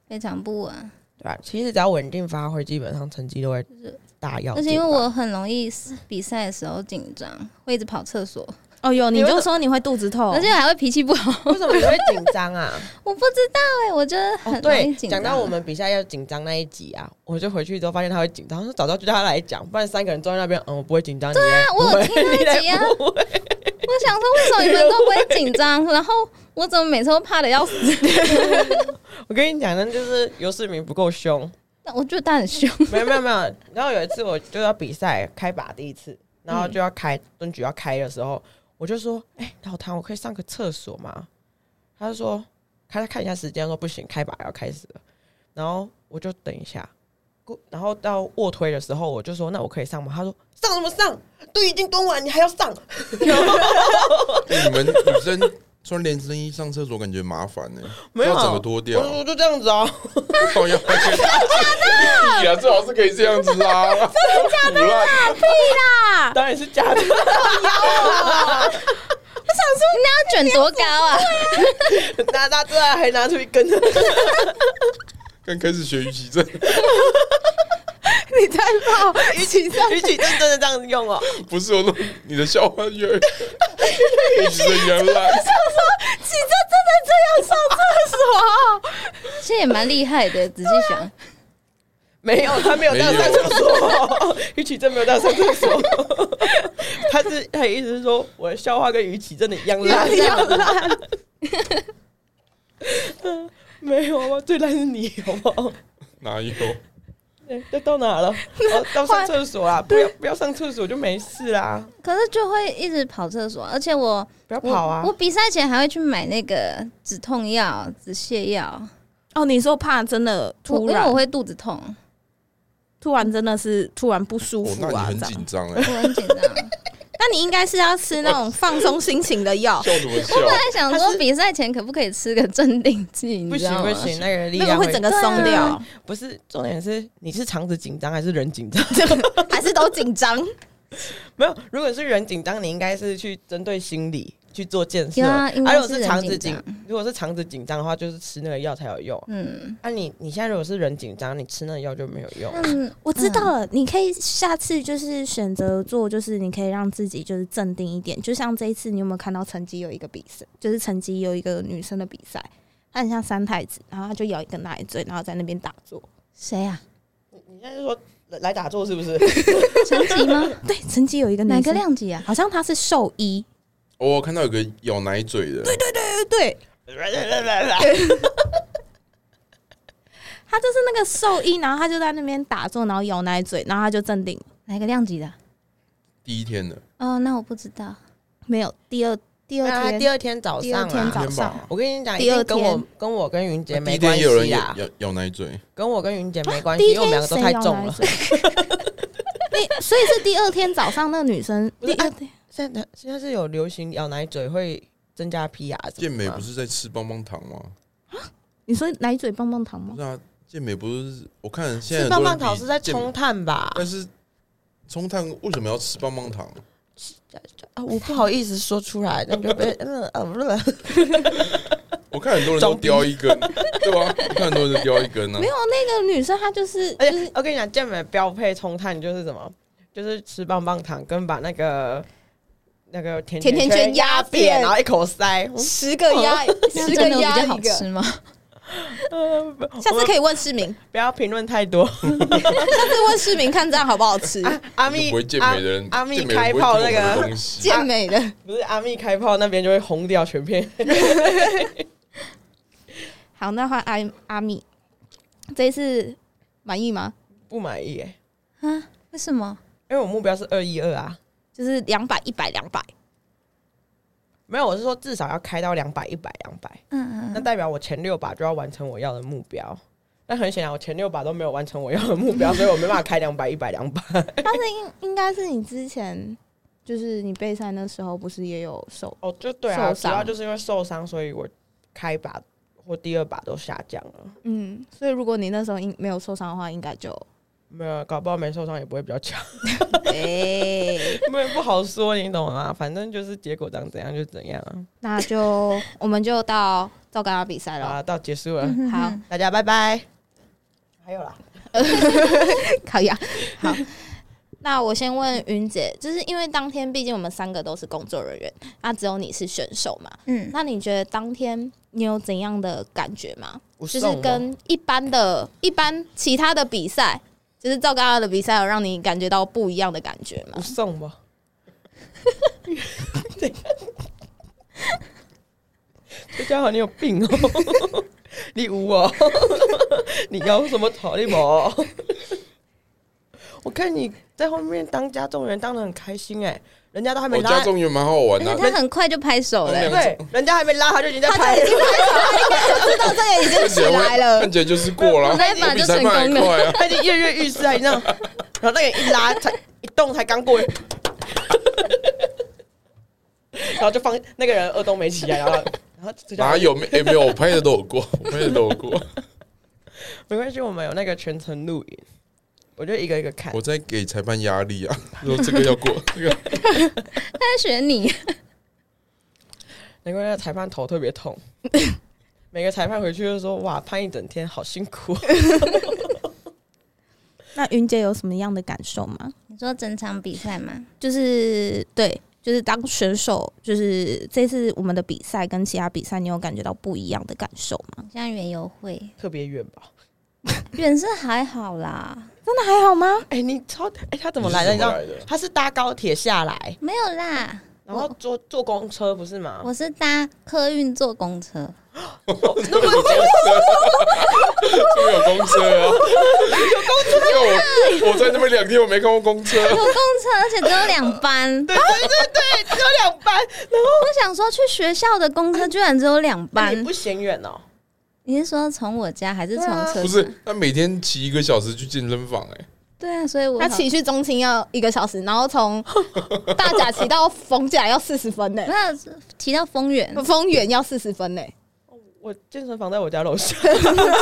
Speaker 3: 非常不稳。
Speaker 4: 对吧、其实只要稳定发挥，基本上成绩都会
Speaker 3: 是
Speaker 4: 大要。
Speaker 3: 而且因为我很容易比赛的时候紧张，会一直跑厕所，
Speaker 1: 哦哟，
Speaker 4: 你
Speaker 1: 你
Speaker 4: 为什
Speaker 1: 就
Speaker 4: 么
Speaker 1: 说你会肚子
Speaker 4: 哦
Speaker 1: 痛，
Speaker 3: 而且还会脾气不 好。
Speaker 4: 为什么你会紧 张啊？
Speaker 3: 我不知道哎、我觉得
Speaker 4: 哦，
Speaker 3: 很容
Speaker 4: 对
Speaker 3: 易，紧张。啊
Speaker 4: 讲到我们比赛要紧张那一集啊，我就回去之后发现他会紧张，说早知道就叫他来讲，不然三个人坐在那边，嗯，我不会紧张。对啊
Speaker 3: 我有听那 一集啊我想说，为什么你们都不会紧张？然后我怎么每次都怕的要死？
Speaker 4: 我跟你讲，那就是尤世明不够凶。
Speaker 3: 但我觉得他很凶，
Speaker 4: 没有没有没有。然后有一次我就要比赛开靶第一次，然后就要开蹲举要开的时候，我就说：“哎、老谭，我可以上个厕所吗？”他就说：“哎他看一下时间，说不行，开靶要开始了。”然后我就等一下，过然后到卧推的时候，我就说：“那我可以上吗？”他说：“上什么上？都已经蹲完，你还要上？”
Speaker 2: 哎你们女生穿连身衣上厕所感觉麻烦呢，
Speaker 4: 没有
Speaker 2: 要整个脱掉，
Speaker 4: 我我就这样子啊，
Speaker 2: 靠腰。 屁啊，最好是可以这样子拉，真的假的？
Speaker 1: 啊，
Speaker 4: 当然是假的。
Speaker 3: 你要卷多高啊？
Speaker 4: 拿拿出来还拿出一根，
Speaker 2: 刚开始学瑜伽真的
Speaker 1: 你在泡，
Speaker 4: 一起 一起就真的这样子用哦。
Speaker 2: 不是我弄你的笑话越来越 瑜伽一样烂。
Speaker 1: 你这真的这样上厕所？
Speaker 4: 啊
Speaker 3: 其实也蛮厉害的，仔细想，
Speaker 4: 没有，他没有到上厕 所，于启真没有到上厕所。 他是他意思是说，我的笑话跟于启真的一样烂，
Speaker 3: 一样
Speaker 4: 烂。没有啊，最烂是你，好不好？
Speaker 2: 哪 有？
Speaker 4: 对这到哪了？哦，到上厕所啊！不要不要上厕所就没事啦，
Speaker 3: 可是就会一直跑厕所，而且我
Speaker 4: 不要跑啊
Speaker 3: 我！我比赛前还会去买那个止痛药、止泻药，
Speaker 1: 哦，你说怕真的
Speaker 3: 我
Speaker 1: 突
Speaker 3: 因为
Speaker 1: 然
Speaker 3: 我会肚子痛，
Speaker 1: 突然真的是突然不舒
Speaker 2: 哦，
Speaker 1: 服
Speaker 2: 那你
Speaker 1: 啊，
Speaker 2: 很
Speaker 1: 这
Speaker 2: 紧
Speaker 1: 样。
Speaker 2: 张
Speaker 3: 我
Speaker 2: 哎，
Speaker 3: 很紧张。
Speaker 1: 那你应该是要吃那种放松心情的 药，
Speaker 2: 笑什么 笑？
Speaker 3: 我在想说，比赛前可不可以吃个镇定剂？你
Speaker 4: 不
Speaker 3: 知
Speaker 4: 行
Speaker 3: 道
Speaker 4: 不
Speaker 3: 吗？
Speaker 4: 行，那个力
Speaker 1: 那个
Speaker 4: 量
Speaker 1: 会整个松
Speaker 3: 对
Speaker 1: 掉
Speaker 3: 啊，
Speaker 4: 不是重点是你是肠子紧张还是人 紧张？
Speaker 1: 还是都紧张？
Speaker 4: 没有，如果是人紧张，你应该是去针对心理去做建设。
Speaker 3: 有啊应该
Speaker 4: 如果
Speaker 3: 是
Speaker 4: 是
Speaker 3: 人
Speaker 4: 肠子
Speaker 3: 紧张
Speaker 4: 如果是肠子紧张的话，就是吃那个药才有用。
Speaker 3: 嗯，
Speaker 4: 啊你，你现在如果是人紧张，你吃那个药就没有 用。
Speaker 3: 嗯，
Speaker 1: 我知道了，你可以下次就是选择做，就是你可以让自己就是镇定一点。就像这一次，你有没有看到成绩有一个比赛，就是成绩有一个女生的比赛，她很像三太子，然后她就咬一个奶嘴，然后在那边打坐。
Speaker 3: 谁啊？
Speaker 4: 你现在就说来来打坐是不 是？
Speaker 3: 成绩吗？
Speaker 1: 对，成绩有一个女
Speaker 3: 哪
Speaker 1: 生
Speaker 3: 个量级啊？
Speaker 1: 好像她是兽医，
Speaker 2: 哦我看到有个咬奶嘴的，
Speaker 1: 对对，她就是那个兽医，然后她就在那边打坐，然后咬奶嘴，然后她就镇定。
Speaker 3: 哪个量级的啊？
Speaker 2: 第一天的，
Speaker 3: 哦，那我不知道。
Speaker 1: 没有第二第二
Speaker 4: 啊，
Speaker 1: 天，
Speaker 4: 第二天早
Speaker 1: 第二
Speaker 4: 上
Speaker 1: 天
Speaker 4: 啊。
Speaker 1: 早
Speaker 2: 天
Speaker 1: 上
Speaker 2: 吧
Speaker 4: 我跟你讲，一
Speaker 1: 第二
Speaker 4: 定跟我
Speaker 1: 天
Speaker 4: 跟我跟云杰
Speaker 2: 第
Speaker 4: 没
Speaker 2: 一天
Speaker 4: 关
Speaker 2: 也有人
Speaker 4: 系啊
Speaker 2: 咬
Speaker 4: 啦，
Speaker 2: 咬咬奶嘴，
Speaker 4: 跟我跟云杰没关系，
Speaker 1: 啊第一
Speaker 4: 因为我
Speaker 1: 天
Speaker 4: 们两个都
Speaker 1: 谁
Speaker 4: 太
Speaker 1: 咬
Speaker 4: 重
Speaker 1: 奶
Speaker 4: 了。
Speaker 1: 嘴？ 那所以是第二天早上那个女生，
Speaker 4: 不
Speaker 1: 第
Speaker 4: 是
Speaker 1: 二天
Speaker 4: 现在现在是有流行咬奶嘴会增加 PR，
Speaker 2: 健美不
Speaker 4: 是
Speaker 2: 是在吃棒棒糖吗？
Speaker 1: 你说奶嘴棒棒糖吗
Speaker 2: 不？是啊，健美不是我看现在很多
Speaker 4: 吃棒
Speaker 2: 人
Speaker 4: 棒糖
Speaker 2: 比
Speaker 4: 是在
Speaker 2: 健美
Speaker 4: 冲碳吧？
Speaker 2: 但是冲烫为什么要吃棒棒糖？
Speaker 1: 呃
Speaker 4: 啊，我不好意思说出来，那就被嗯呃不是，
Speaker 2: 我看很多人都叼一 根，对吧、我看很多人都叼一根呢、
Speaker 1: 没有，那个女生她就是
Speaker 4: 而
Speaker 1: 就
Speaker 4: 且
Speaker 1: 是
Speaker 4: 我跟你讲，健美标配冲碳就是什么？就是吃棒棒糖跟把那个那个甜
Speaker 1: 甜甜圈
Speaker 4: 圈
Speaker 1: 压扁
Speaker 4: 扁，然后一口塞。
Speaker 1: 十个 压
Speaker 3: 那
Speaker 1: 十个
Speaker 3: 真的比
Speaker 1: 压
Speaker 3: 较
Speaker 1: 一
Speaker 3: 好
Speaker 1: 个，
Speaker 3: 吃吗？
Speaker 4: 嗯，不
Speaker 1: 下
Speaker 4: 我
Speaker 1: 次
Speaker 4: 们
Speaker 1: 可以问市民，
Speaker 4: 不要评论太多。
Speaker 1: 下次问市民看这样好不好吃？
Speaker 4: 啊阿
Speaker 2: 就
Speaker 4: 密
Speaker 2: 不会健
Speaker 4: 阿
Speaker 2: 美的人，
Speaker 4: 阿密
Speaker 2: 健美人
Speaker 4: 开
Speaker 2: 不会
Speaker 4: 炮
Speaker 2: 做
Speaker 4: 那
Speaker 2: 我们的
Speaker 4: 个
Speaker 2: 东西，
Speaker 1: 健美的，
Speaker 4: 不是阿密开炮那边就会红掉全片。
Speaker 1: 好，那换阿阿米，这一次满意吗？
Speaker 4: 不满意哎，
Speaker 3: 啊？为什么？
Speaker 4: 因为我目标是二一二啊，
Speaker 1: 就是两百、一百、两百，
Speaker 4: 没有，我是说至少要开到两百一百两百，
Speaker 3: 嗯
Speaker 4: 那
Speaker 3: 嗯
Speaker 4: 代表我前六把就要完成我要的目标。但很显然，我前六把都没有完成我要的目标，所以我没办法开两百一百两百。
Speaker 1: 但是应应该是你之前就是你备赛那时候不是也有瘦？
Speaker 4: 哦，就对啊，
Speaker 1: 受
Speaker 4: 主
Speaker 1: 伤
Speaker 4: 要就是因为受伤，所以我开把或第二把都下降了。
Speaker 1: 嗯，所以如果你那时候应没有受伤的话，应该就
Speaker 4: 没有，搞不好没受伤也不会比较强，
Speaker 1: 哎，
Speaker 4: 没有不好说，你懂吗？反正就是结果长怎样就怎样啊。
Speaker 1: 那就我们就到赵刚的比赛
Speaker 4: 好
Speaker 1: 了。
Speaker 4: 啦，到结
Speaker 3: 嗯
Speaker 4: 束了，
Speaker 1: 好，
Speaker 4: 大家拜拜。还有啦，
Speaker 1: 烤鸭。好，那我先问云姐，就是因为当天毕竟我们三个都是工作人员，那只有你是选手嘛？
Speaker 3: 嗯，
Speaker 1: 那你觉得当天你有怎样的感觉吗？
Speaker 4: 就
Speaker 1: 就是跟一般的、一般其他的比赛，就是赵刚刚的比赛，有让你感觉到不一样的感觉吗
Speaker 4: 不？送吧。这家伙你有病哦！你有哦！你摇什么头？你毛？哦我看你在后面当家众人当的很开心哎、人家都还没
Speaker 2: 我
Speaker 4: 拉
Speaker 2: 哦家，中园蛮好玩的
Speaker 3: 而且
Speaker 2: 啊，
Speaker 3: 他很快就拍手了、
Speaker 2: 那
Speaker 4: 对，人家还没拉他就已经在
Speaker 1: 他
Speaker 4: 拍
Speaker 1: 就已
Speaker 4: 了
Speaker 1: 经，拍手，他应该就知道这个已经
Speaker 2: 看起
Speaker 1: 起
Speaker 2: 来会
Speaker 1: 来了
Speaker 2: 看。起来就是过了啊，
Speaker 3: 那一把
Speaker 2: 比
Speaker 3: 就
Speaker 2: 裁
Speaker 3: 成
Speaker 2: 判还
Speaker 3: 功了。
Speaker 2: 快 啊！
Speaker 4: 他已经跃跃欲试，还那样，然后那个一拉才一动才刚过，然后就放那个人二动没起来，然后然后这家伙
Speaker 2: 哪有没、诶没有？我拍的都有过，我拍的都有过。
Speaker 4: 没关系，我们有那个全程录影，我就一个一个看
Speaker 2: 我。在给裁判压力啊，说这个要过，这个
Speaker 3: 他在选你，
Speaker 4: 难怪那个裁判头特别痛，每个裁判回去就说：“哇，判一整天，好辛苦。
Speaker 1: 那云姐有什么样的感受吗？
Speaker 3: 你说整场比赛吗？
Speaker 1: 就是对，就是当选手，就是这次我们的比赛跟其他比赛，你有感觉到不一样的感受吗？
Speaker 3: 像园游会”，
Speaker 4: 特别远吧？
Speaker 3: 远是还好啦，
Speaker 1: 真的还好吗？
Speaker 4: 哎、你超哎、他怎么来的？你知道
Speaker 2: 来的？
Speaker 4: 他是搭高铁下来，
Speaker 3: 没有啦，
Speaker 4: 然后坐坐公车不是吗？
Speaker 3: 我是搭客运坐公车，
Speaker 2: 这个有公车，这个有公车啊，有公车。我我在那边两天，我没看过公车。啊
Speaker 3: 有公车，而且只有两 班。
Speaker 4: 对 对对对，只有两班，
Speaker 3: 我想说，去学校的公车居然只有两
Speaker 4: 那
Speaker 3: 班
Speaker 4: 你。不嫌远哦。
Speaker 3: 你是说从我家还是从车
Speaker 2: 不
Speaker 3: 上？
Speaker 2: 是，他每天骑一个小时去健身房、哎，
Speaker 3: 对啊，所以我
Speaker 1: 他
Speaker 3: 好
Speaker 1: 骑去中青要一个小时，然后 从大甲骑到逢甲要四十分呢、
Speaker 3: 那骑到丰原，
Speaker 4: 哦
Speaker 1: 丰原要四十分呢、
Speaker 4: 我健身房在我家楼下，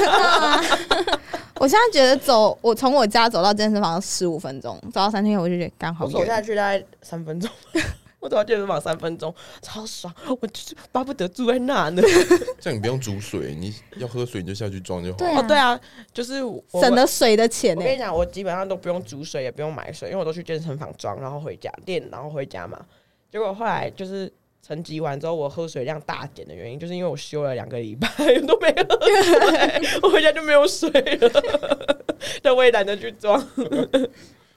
Speaker 4: 啊
Speaker 1: 我现在觉得走，我从我家走到健身房十五分钟，走到三天我就觉得刚好
Speaker 4: 我走下
Speaker 1: 远。
Speaker 4: 去大概三分钟。 我走到健身房三分钟，超爽！我就是巴不得住在那呢。
Speaker 2: 这样你不用煮水，你要喝水你就下去装就好。
Speaker 3: 对啊
Speaker 4: 哦，对啊，就是我
Speaker 1: 省了水的钱
Speaker 4: 我
Speaker 1: 呢、
Speaker 4: 跟你讲，我基本上都不用煮水，也不用买水，因为我都去健身房装，然后回家练，然后回家嘛。结果后来就是成绩完之后，我喝水量大减的原因，就是因为我休了两个礼拜 都没喝水， 我回家就没有水了， 但我也懒得去装。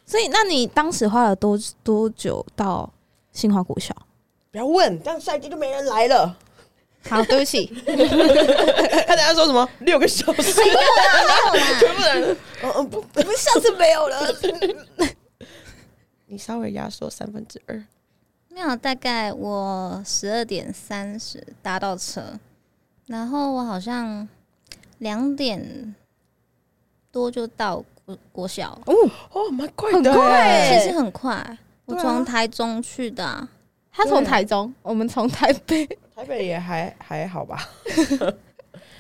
Speaker 1: 所以，那你当时花了多多久到杏花国小？
Speaker 4: 不要问，这样赛季就没人来了。
Speaker 1: 好，对不起，
Speaker 4: 他等下说什么六个小时， 全部人，嗯嗯 不，
Speaker 1: 我们下次没有 了。
Speaker 4: 你稍微压缩三分之二。
Speaker 3: 没有，大概我十二点三十搭到车，然后我好像两点多就到国国小，
Speaker 4: 哦，蛮快
Speaker 1: 很
Speaker 4: 的
Speaker 1: 快
Speaker 4: 欸，
Speaker 1: 对
Speaker 3: 其实很快。我
Speaker 1: 对啊
Speaker 3: 从台中去的啊、
Speaker 1: 他从台中，我们从台北。
Speaker 4: 台北也还还好吧？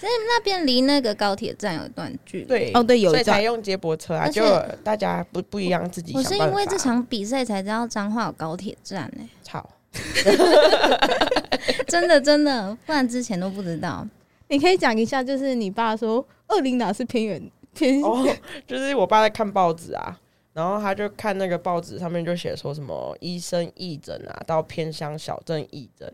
Speaker 3: 那边离那个高铁站有一段距离。，
Speaker 4: 对，
Speaker 1: 哦，对，有
Speaker 4: 所
Speaker 1: 一
Speaker 4: 以才
Speaker 1: 段。
Speaker 4: 用接驳车啊，
Speaker 3: 而且
Speaker 4: 就大家不不一样，自己
Speaker 3: 我
Speaker 4: 想
Speaker 3: 是
Speaker 4: 办
Speaker 3: 因为
Speaker 4: 法
Speaker 3: 这场比赛才知道彰化有高铁站诶、
Speaker 4: 吵，
Speaker 3: 真的真的，不然之前都不知道。
Speaker 1: 你可以讲一下，就是你爸说二林哪是偏远偏
Speaker 4: 哦， 就是我爸在看报纸啊，然后他就看那个报纸上面就写说什么医生义诊啊，到偏乡小镇义诊，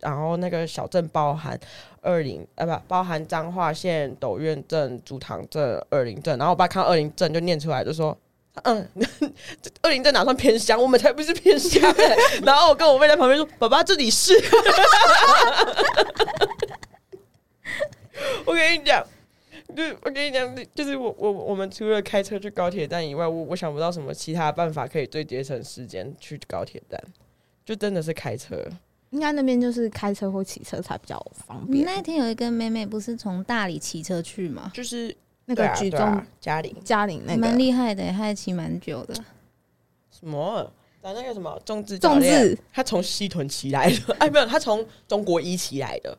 Speaker 4: 然后那个小镇包含二林呃不包含彰化县斗院镇、竹塘镇、二林镇，然后我爸看到二林镇就念出来就说。嗯， 这二林镇哪算偏乡？我们才不是偏乡、欸。然后我跟我妹在旁边说：“爸爸，这里是。” 我跟你讲，就是我跟你讲，就是我我我们除了开车去高铁站以外，我我想不到什么其他办法可以最节省时间去高铁站，就真的是开车。
Speaker 1: 应该那边就是开车或骑车才比较方
Speaker 3: 你
Speaker 1: 便。
Speaker 4: 嗯
Speaker 3: 那天有一个妹妹不是从大理骑车去吗？
Speaker 4: 就是
Speaker 1: 那个举
Speaker 4: 举
Speaker 1: 重、
Speaker 4: 啊嘉玲
Speaker 1: 嘉玲那
Speaker 3: 蛮
Speaker 1: 个
Speaker 3: 厉害的、欸，她还骑蛮久的。
Speaker 4: 什么。咱那个什么中志，
Speaker 1: 重置，
Speaker 4: 他从西屯骑来的， 哎，没有，他从中国一骑来的，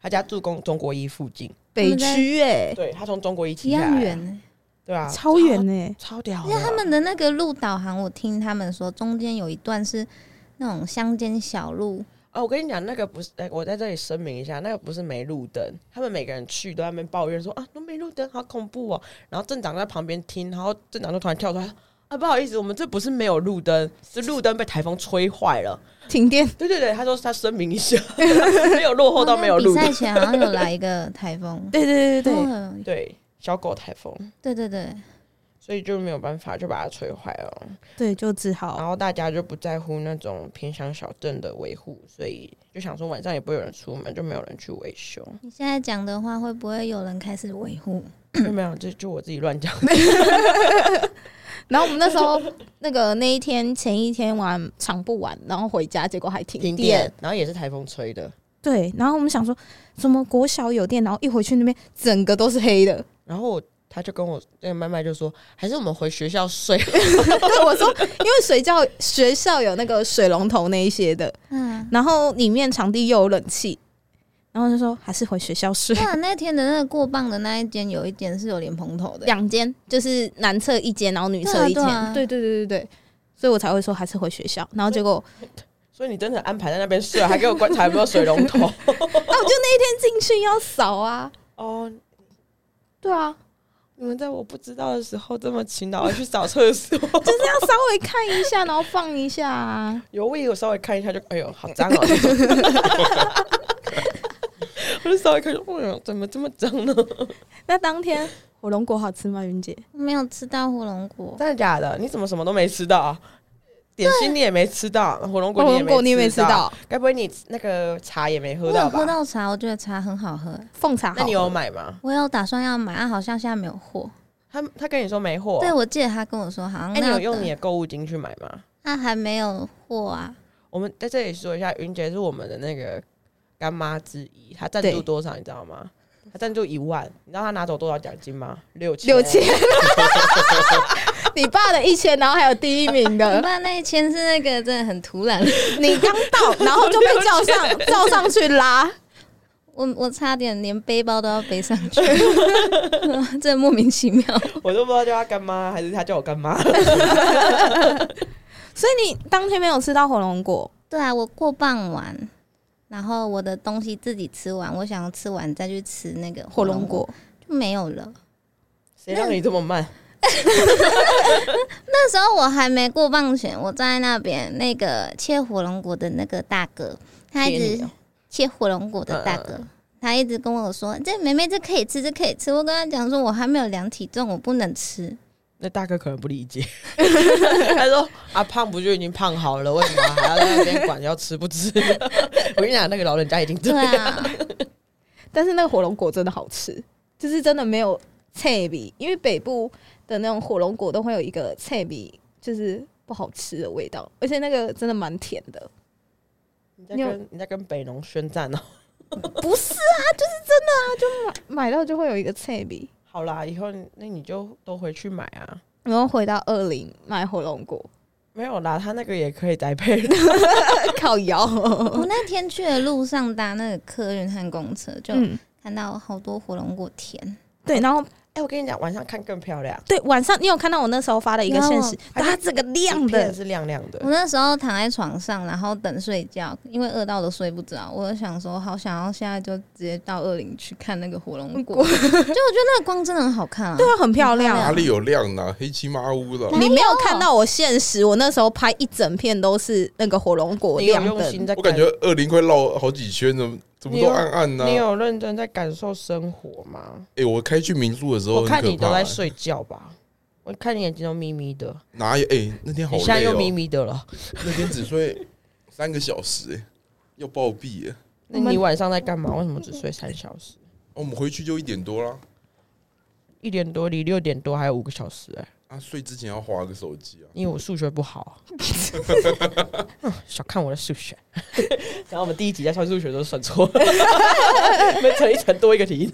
Speaker 4: 他家住公中国一附近，
Speaker 1: 北区哎、
Speaker 4: 嗯对他从中国一
Speaker 3: 一
Speaker 4: 骑下
Speaker 3: 样
Speaker 4: 来，
Speaker 3: 远、欸，
Speaker 4: 对啊，
Speaker 1: 超远呢、
Speaker 4: 超屌的
Speaker 3: 因
Speaker 4: 啊，
Speaker 3: 为他们的那个路导航，我听他们说中间有一段是那种乡间小路，
Speaker 4: 哦，我跟你讲，那个不是，哎我在这里声明一下，那个不是没路灯，他们每个人去都在那边抱怨说啊，都没路灯，好恐怖哦。然后镇长在旁边听，然后镇长就突然跳出来说啊，不好意思，我们这不是没有路灯，是路灯被台风吹坏了。
Speaker 1: 停电，，
Speaker 4: 对对对，他说他声明一下， 没有落后到没有
Speaker 3: 哦比
Speaker 4: 路
Speaker 3: 赛
Speaker 4: 灯，
Speaker 3: 前好像有来一个台风
Speaker 1: 对对对对对，
Speaker 3: 哦
Speaker 4: 对，小狗台风，
Speaker 3: 对对对，
Speaker 4: 所以就没有办法就把它吹坏了。
Speaker 1: 对，就只
Speaker 4: 然
Speaker 1: 好
Speaker 4: 后大家就不在乎那种偏乡小镇的维护，所以就想说晚上也不会有人出门，就没有人去维修。
Speaker 3: 你现在讲的话，会不会有人开始维护？
Speaker 4: 就没有，就就我自己乱讲。
Speaker 1: 然后我们那时候 那个那一天前一天玩场不玩，然后回家结果还停
Speaker 4: 停电，然后也是台风吹的，
Speaker 1: 对，然后我们想说怎么国小有电，然后一回去那边整个都是黑的。
Speaker 4: 然后他就跟我那个麦麦就说，还是我们回学校睡。
Speaker 1: 对，我说因为水教学校有那个水龙头那一些的，
Speaker 3: 嗯，
Speaker 1: 然后里面场地又有冷气，然后就说还是回学校睡。
Speaker 3: 哇，那天的那个过磅的那一间，有一间是有莲蓬头的，
Speaker 1: 两间，就是男厕一间，然后女厕一间。
Speaker 3: 对啊对啊
Speaker 1: 对对对对对，所以我才会说还是回学校。然后结果，
Speaker 4: 所以你真的安排在那边睡，啊还给我观 察有没有水龙头。
Speaker 1: 啊，我就那一天进去要扫啊，
Speaker 4: 哦，
Speaker 1: 对啊，
Speaker 4: 你们在我不知道的时候这么勤劳地去扫厕所，
Speaker 1: 就是要稍微看一下，然后放一下啊。
Speaker 4: 有我也有稍微看一下就，哎呦好脏哦。 我就稍微看，哎呦怎么这么脏呢？
Speaker 1: 那当天火龙果好吃吗，云姐？
Speaker 3: 没有吃到火龙果，
Speaker 4: 真的假的？你怎么什么都没吃到啊？点心你也没吃到，火龙
Speaker 1: 火
Speaker 4: 果
Speaker 1: 龙果你也没
Speaker 4: 没
Speaker 1: 吃，到，
Speaker 4: 该不会你那个茶也没
Speaker 3: 我
Speaker 4: 喝
Speaker 3: 有
Speaker 4: 到
Speaker 3: 喝
Speaker 4: 吧？
Speaker 3: 到茶，我觉得茶很好喝。
Speaker 1: 凤茶好喝
Speaker 4: 那你有买吗？
Speaker 3: 我有打算要买，啊、好像现在没有货。
Speaker 4: 他他跟你说没货，
Speaker 3: 对，我记得他跟我说，好像
Speaker 4: 哎、
Speaker 3: 那
Speaker 4: 你有
Speaker 3: 要
Speaker 4: 用
Speaker 3: 等
Speaker 4: 你的购物金去买吗？
Speaker 3: 那还没有货啊。
Speaker 4: 我们在这里说一下，云姐是我们的那个干妈之一，她赞
Speaker 1: 对
Speaker 4: 助多少你知道吗？她赞助一万，你知道她拿走多少奖金吗？六千，
Speaker 1: 六千，，你爸的一千，然后还有第一名
Speaker 3: 我
Speaker 1: 的，
Speaker 3: 爸那一签是那个真的很突然，
Speaker 1: 你刚到，然后就被叫上，叫上去拉。
Speaker 3: 我我差点连背包都要背上去， 这莫名其妙。
Speaker 4: 我都不知道叫她干妈还是她叫我干妈。
Speaker 1: 所以你当天没有吃到火龙果，
Speaker 3: 对啊，我过磅完，然后我的东西自己吃完，我想要吃完再去吃那个
Speaker 1: 火龙果
Speaker 3: 就没有了。
Speaker 4: 谁让你这么慢？
Speaker 3: 那时候我还没过磅前，我站在那边那个切火龙果的那个大哥，他一
Speaker 4: 贴你
Speaker 3: 直
Speaker 4: 哦
Speaker 3: 切火龙果的大哥。他一直跟我说：“这梅梅这可以吃，这可以吃。”我跟他讲说：“我还没有量体重，我不能吃。
Speaker 4: 那大哥可能不理解， 他说：“啊，胖不就已经胖好了，为什么还要在那边管要吃不吃？” 我跟你讲，那个老人家 已经”这
Speaker 3: 对
Speaker 4: 样，
Speaker 3: 啊，
Speaker 1: 但是那个火龙果真的好吃，就是真的没有菜比，因为北部的那种火龙果都会有一个菜比，就是不好吃的味道，而且那个真的蛮甜的。
Speaker 4: 你在跟你在跟北农宣战哦。
Speaker 1: 不是啊，就是真的啊，就买买到就会有一个菜比。
Speaker 4: 好啦，以后你那你就都回去买啊。
Speaker 1: 然后回到二零买火龙果，
Speaker 4: 没有啦，他那个也可以宅配的。
Speaker 1: 靠 腰。
Speaker 3: 我那天去的路上搭那个客运和公车，就
Speaker 1: 嗯，
Speaker 3: 看到好多火龙果田，
Speaker 1: 对，然后
Speaker 4: 哎、我跟你讲，晚上看更漂亮，
Speaker 1: 对晚上你有看到我那时候发的一个现实
Speaker 3: 有，
Speaker 1: 它这个亮
Speaker 4: 一片
Speaker 1: 的，
Speaker 4: 是亮亮的
Speaker 3: 我。那时候躺在床上，然后等睡觉，因为饿到都睡不着。我就想说，好想要现在就直接到二林去看那个火龙果，就我觉得那个光真的很好看啊。
Speaker 1: 嗯对啊，很漂亮
Speaker 2: 哪
Speaker 1: 啊。
Speaker 2: 里有亮呢、黑漆麻乌
Speaker 4: 嗯
Speaker 2: 的。啊
Speaker 1: 你没有看到我现实，我那时候拍一整片都是那个火龙果
Speaker 4: 你有
Speaker 1: 亮
Speaker 4: 用
Speaker 1: 灯
Speaker 4: 心。在
Speaker 2: 我
Speaker 4: 感，
Speaker 2: 感觉二零快绕好几圈，怎么怎么
Speaker 4: 你
Speaker 2: 都
Speaker 4: 有
Speaker 2: 暗暗呢、
Speaker 4: 你
Speaker 2: 啊？
Speaker 4: 有认真在感受生活吗？
Speaker 2: 哎、我开去民宿的时候
Speaker 4: 我
Speaker 2: 很
Speaker 4: 看
Speaker 2: 可
Speaker 4: 你都
Speaker 2: 怕、欸，
Speaker 4: 在睡觉吧，我看你眼睛都眯眯的，
Speaker 2: 哪有？哎、那天好
Speaker 4: 你现在
Speaker 2: 累
Speaker 4: 又
Speaker 2: 哦、
Speaker 4: 眯眯的了。
Speaker 2: 那天只睡三个小时、欸，要暴毙、欸。
Speaker 4: 那
Speaker 1: 我们
Speaker 4: 你晚上在干嘛？为什么只睡三小时？
Speaker 2: 哦我们回去就一点多啦。
Speaker 4: 一点多离六点多还有五个小时哎、
Speaker 2: 啊，睡之前要划个手机啊。
Speaker 4: 因为我数学不 好，哼小看我的数学。 然后我们第一集在算数学都算 错了，每乘一乘多一个题。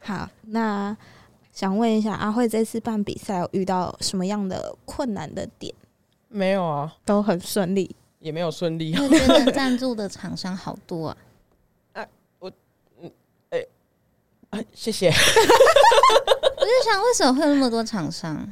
Speaker 1: 好，那想问一下，阿慧这次办比赛有遇到什么样的困难的点？
Speaker 4: 没有啊，
Speaker 1: 都很顺利，
Speaker 4: 也没有顺利啊。
Speaker 3: 就真的赞助的厂商好多啊，
Speaker 4: 啊谢谢。
Speaker 3: 我就想为什么会有那么多厂商？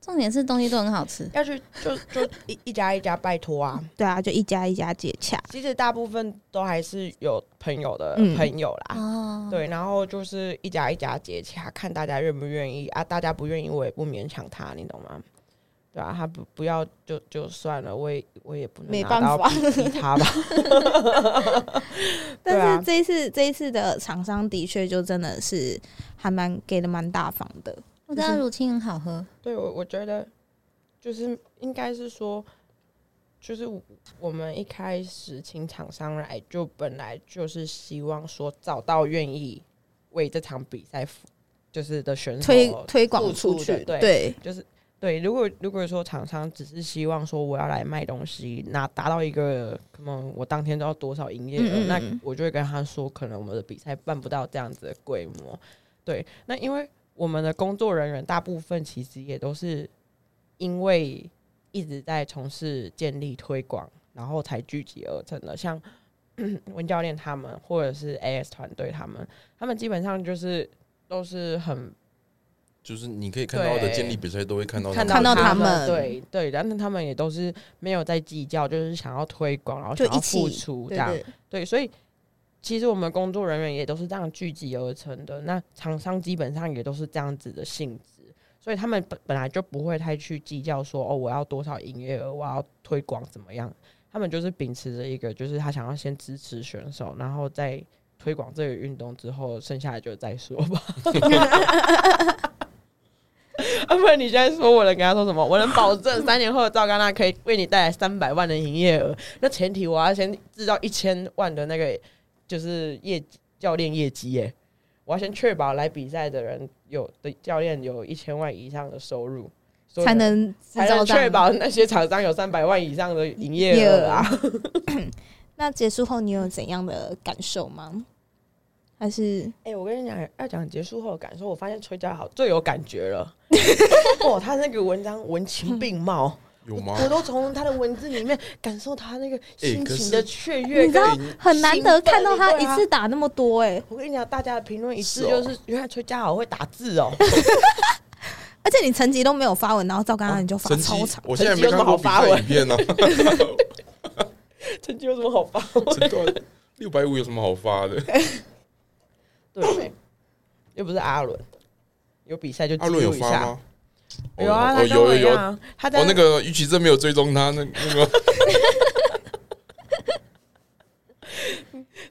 Speaker 3: 重点是东西都很好吃，
Speaker 4: 要去就就一一家一家拜托啊。
Speaker 1: 对啊，就一家一家接洽。
Speaker 4: 其实大部分都还是有朋友的
Speaker 1: 嗯
Speaker 4: 朋友啦，
Speaker 3: 哦，
Speaker 4: 啊对，然后就是一家一家接洽，看大家愿不愿意啊。大家不愿意，我也不勉强他，你懂吗？对啊，他不不要就就算了，我也我也不能
Speaker 1: 没
Speaker 4: 拿
Speaker 1: 办
Speaker 4: 刀
Speaker 1: 法
Speaker 4: 逼逼他吧。对
Speaker 1: 但
Speaker 4: 啊
Speaker 1: 是这一次、这一次的厂商的确就真的是还蛮给的蛮大方的，
Speaker 3: 我知道乳清很好喝，
Speaker 4: 对我，我觉得就是应该是说，就是我们一开始请厂商来，就本来就是希望说找到愿意为这场比赛付就是的选手
Speaker 1: 推推广
Speaker 4: 嗯哦付
Speaker 1: 出
Speaker 4: 出
Speaker 1: 去
Speaker 4: 的，对就是对。如果如果说厂商只是希望说我要来卖东西，拿达到一个可能我当天都要多少营业额，
Speaker 1: 嗯嗯
Speaker 4: 那
Speaker 1: 嗯
Speaker 4: 我就会跟他说，可能我们的比赛办不到这样子的规模。对，那因为我们的工作人员大部分其实也都是因为一直在从事建立推广，然后才聚集而成的，像。 文教练他们，或者是 AS 团队他们，他们基本上就是都是很
Speaker 2: 就是你可以看到的建立比赛都会看到他们，
Speaker 4: 看到
Speaker 1: 看到他们
Speaker 4: 对对，但是他们也都是没有在计较，就是想要推广，然后
Speaker 1: 就
Speaker 4: 想要
Speaker 1: 一起
Speaker 4: 付出这
Speaker 1: 对
Speaker 4: 样，
Speaker 1: 对，
Speaker 4: 对，所以其实我们工作人员也都是这样聚集而成的。那厂商基本上也都是这样子的性质，所以他们本本来就不会太去计较说哦，我要多少营业额，我要推广怎么样。他们就是秉持着一个，就是他想要先支持选手，然后再推广这个运动之后，剩下的就再说吧。 啊，不然你现在说我能跟他说什么？我能保证三年后的赵刚娜可以为你带来三百万的营业额，那前提我要先制造一千万的那个就是业绩教练业绩耶，我要先确保来比赛的人有的教练有一千万以上的收入，所以
Speaker 1: 才能制
Speaker 4: 才
Speaker 1: 造
Speaker 4: 能
Speaker 1: 这样
Speaker 4: 确保那些厂商有三百万以上的营业额啊。
Speaker 1: 那结束后你有怎样的感受吗？还是
Speaker 4: 哎、我跟你讲，要讲结束后的感受，我发现崔家豪最有感觉了。 哦，他那个文章文情并茂，
Speaker 2: 有
Speaker 1: 嗯
Speaker 2: 吗？
Speaker 4: 我都从他的文字里面感受他那个心
Speaker 2: 哎可
Speaker 4: 情
Speaker 2: 是
Speaker 4: 的雀跃
Speaker 1: 你知
Speaker 4: 跟
Speaker 1: 道很难得看到他
Speaker 4: 兴奋
Speaker 1: 一
Speaker 4: 对啊
Speaker 1: 次打那么多哎、
Speaker 4: 我跟你讲，大家的评论一致
Speaker 2: 是哦
Speaker 4: 就是，原来崔家豪会打字 哦，
Speaker 1: 而且你成绩都没有发文，然后赵刚刚你就发
Speaker 2: 成绩
Speaker 1: 超长，
Speaker 2: 哦我现在没看过比赛影 片呢、啊
Speaker 4: 成绩有什么好发？
Speaker 2: 真的六百五有什么好发的？
Speaker 4: 对不对？又不是阿伦，有比赛就
Speaker 2: 阿
Speaker 4: 记
Speaker 2: 伦有
Speaker 4: 录一
Speaker 2: 发
Speaker 4: 下。
Speaker 2: 吗？
Speaker 4: 有啊，他
Speaker 2: 哦
Speaker 4: 跟我
Speaker 2: 有
Speaker 4: 一
Speaker 2: 有有，
Speaker 4: 样啊，他在
Speaker 2: 哦，那个于其正没有追踪他，那那个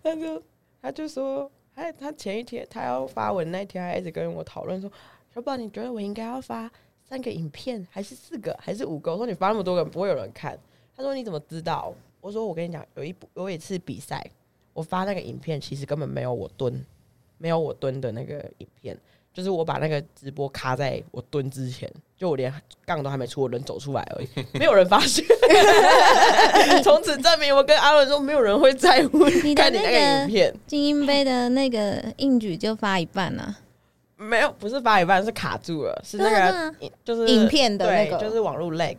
Speaker 4: 他就他就说，他他前一天他要发文那一天，还一直跟我讨论说，小宝，你觉得我应该要发三个影片，还是四个，还是五个？我说你发那么多个，不会有人看。他说你怎么知道？我说我跟你讲，有一部有一次比赛，我发那个影片，其实根本没有我蹲，没有我蹲的那个影片，就是我把那个直播卡在我蹲之前，就我连杠都还没出，我人走出来而已，没有人发现。 从此证明我跟阿伦说，没有人会在乎
Speaker 3: 你的
Speaker 4: 看你那个
Speaker 3: 那
Speaker 4: 影
Speaker 3: 个
Speaker 4: 片。
Speaker 3: 精英杯的那个硬举就发一半啊，
Speaker 4: 没有，不是发一半，是卡住了，是那
Speaker 3: 对啊
Speaker 4: 个就是
Speaker 1: 嗯影片的那
Speaker 4: 对
Speaker 1: 个
Speaker 4: 就是网络 lag。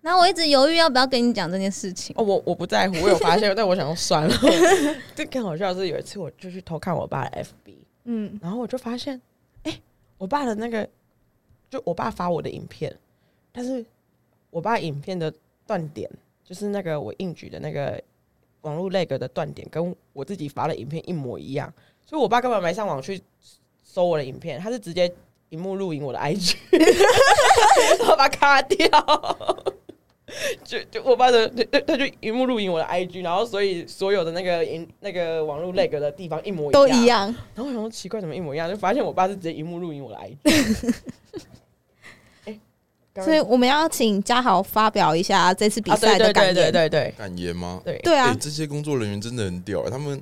Speaker 3: 然后我一直犹豫要不要跟你讲这件事情。
Speaker 4: 哦，我我不在乎，我有 发现，但我想说算了。 这更好笑的是，有一次我就去偷看我爸的 FB，
Speaker 1: 嗯，
Speaker 4: 然后我就发现，哎、我爸的那个，就我爸发我的影片，但是我爸影片的断点，就是那个我硬举的那个网络 lag 的断点，跟我自己发的影片一模一样，所以我爸根本没上网去搜我的影片，他是直接荧幕录影我的 IG，然后把它卡掉。就就我爸的，他他就荧幕录影我的 IG，然后所以所有的那个荧那个网络 lag 的地方一模一样，
Speaker 1: 都一样。
Speaker 4: 然后我想说奇怪，怎么一模一样？就发现我爸是直接荧幕录影我的 IG。哎刚刚
Speaker 1: 所以我们要请嘉豪发表一下这次比赛的
Speaker 4: 啊、对
Speaker 1: 感
Speaker 4: 对
Speaker 1: 言。
Speaker 4: 对对对
Speaker 2: 敢言吗？
Speaker 4: 对对。
Speaker 1: 对啊
Speaker 2: 哎，这些工作人员真的很屌、哎他们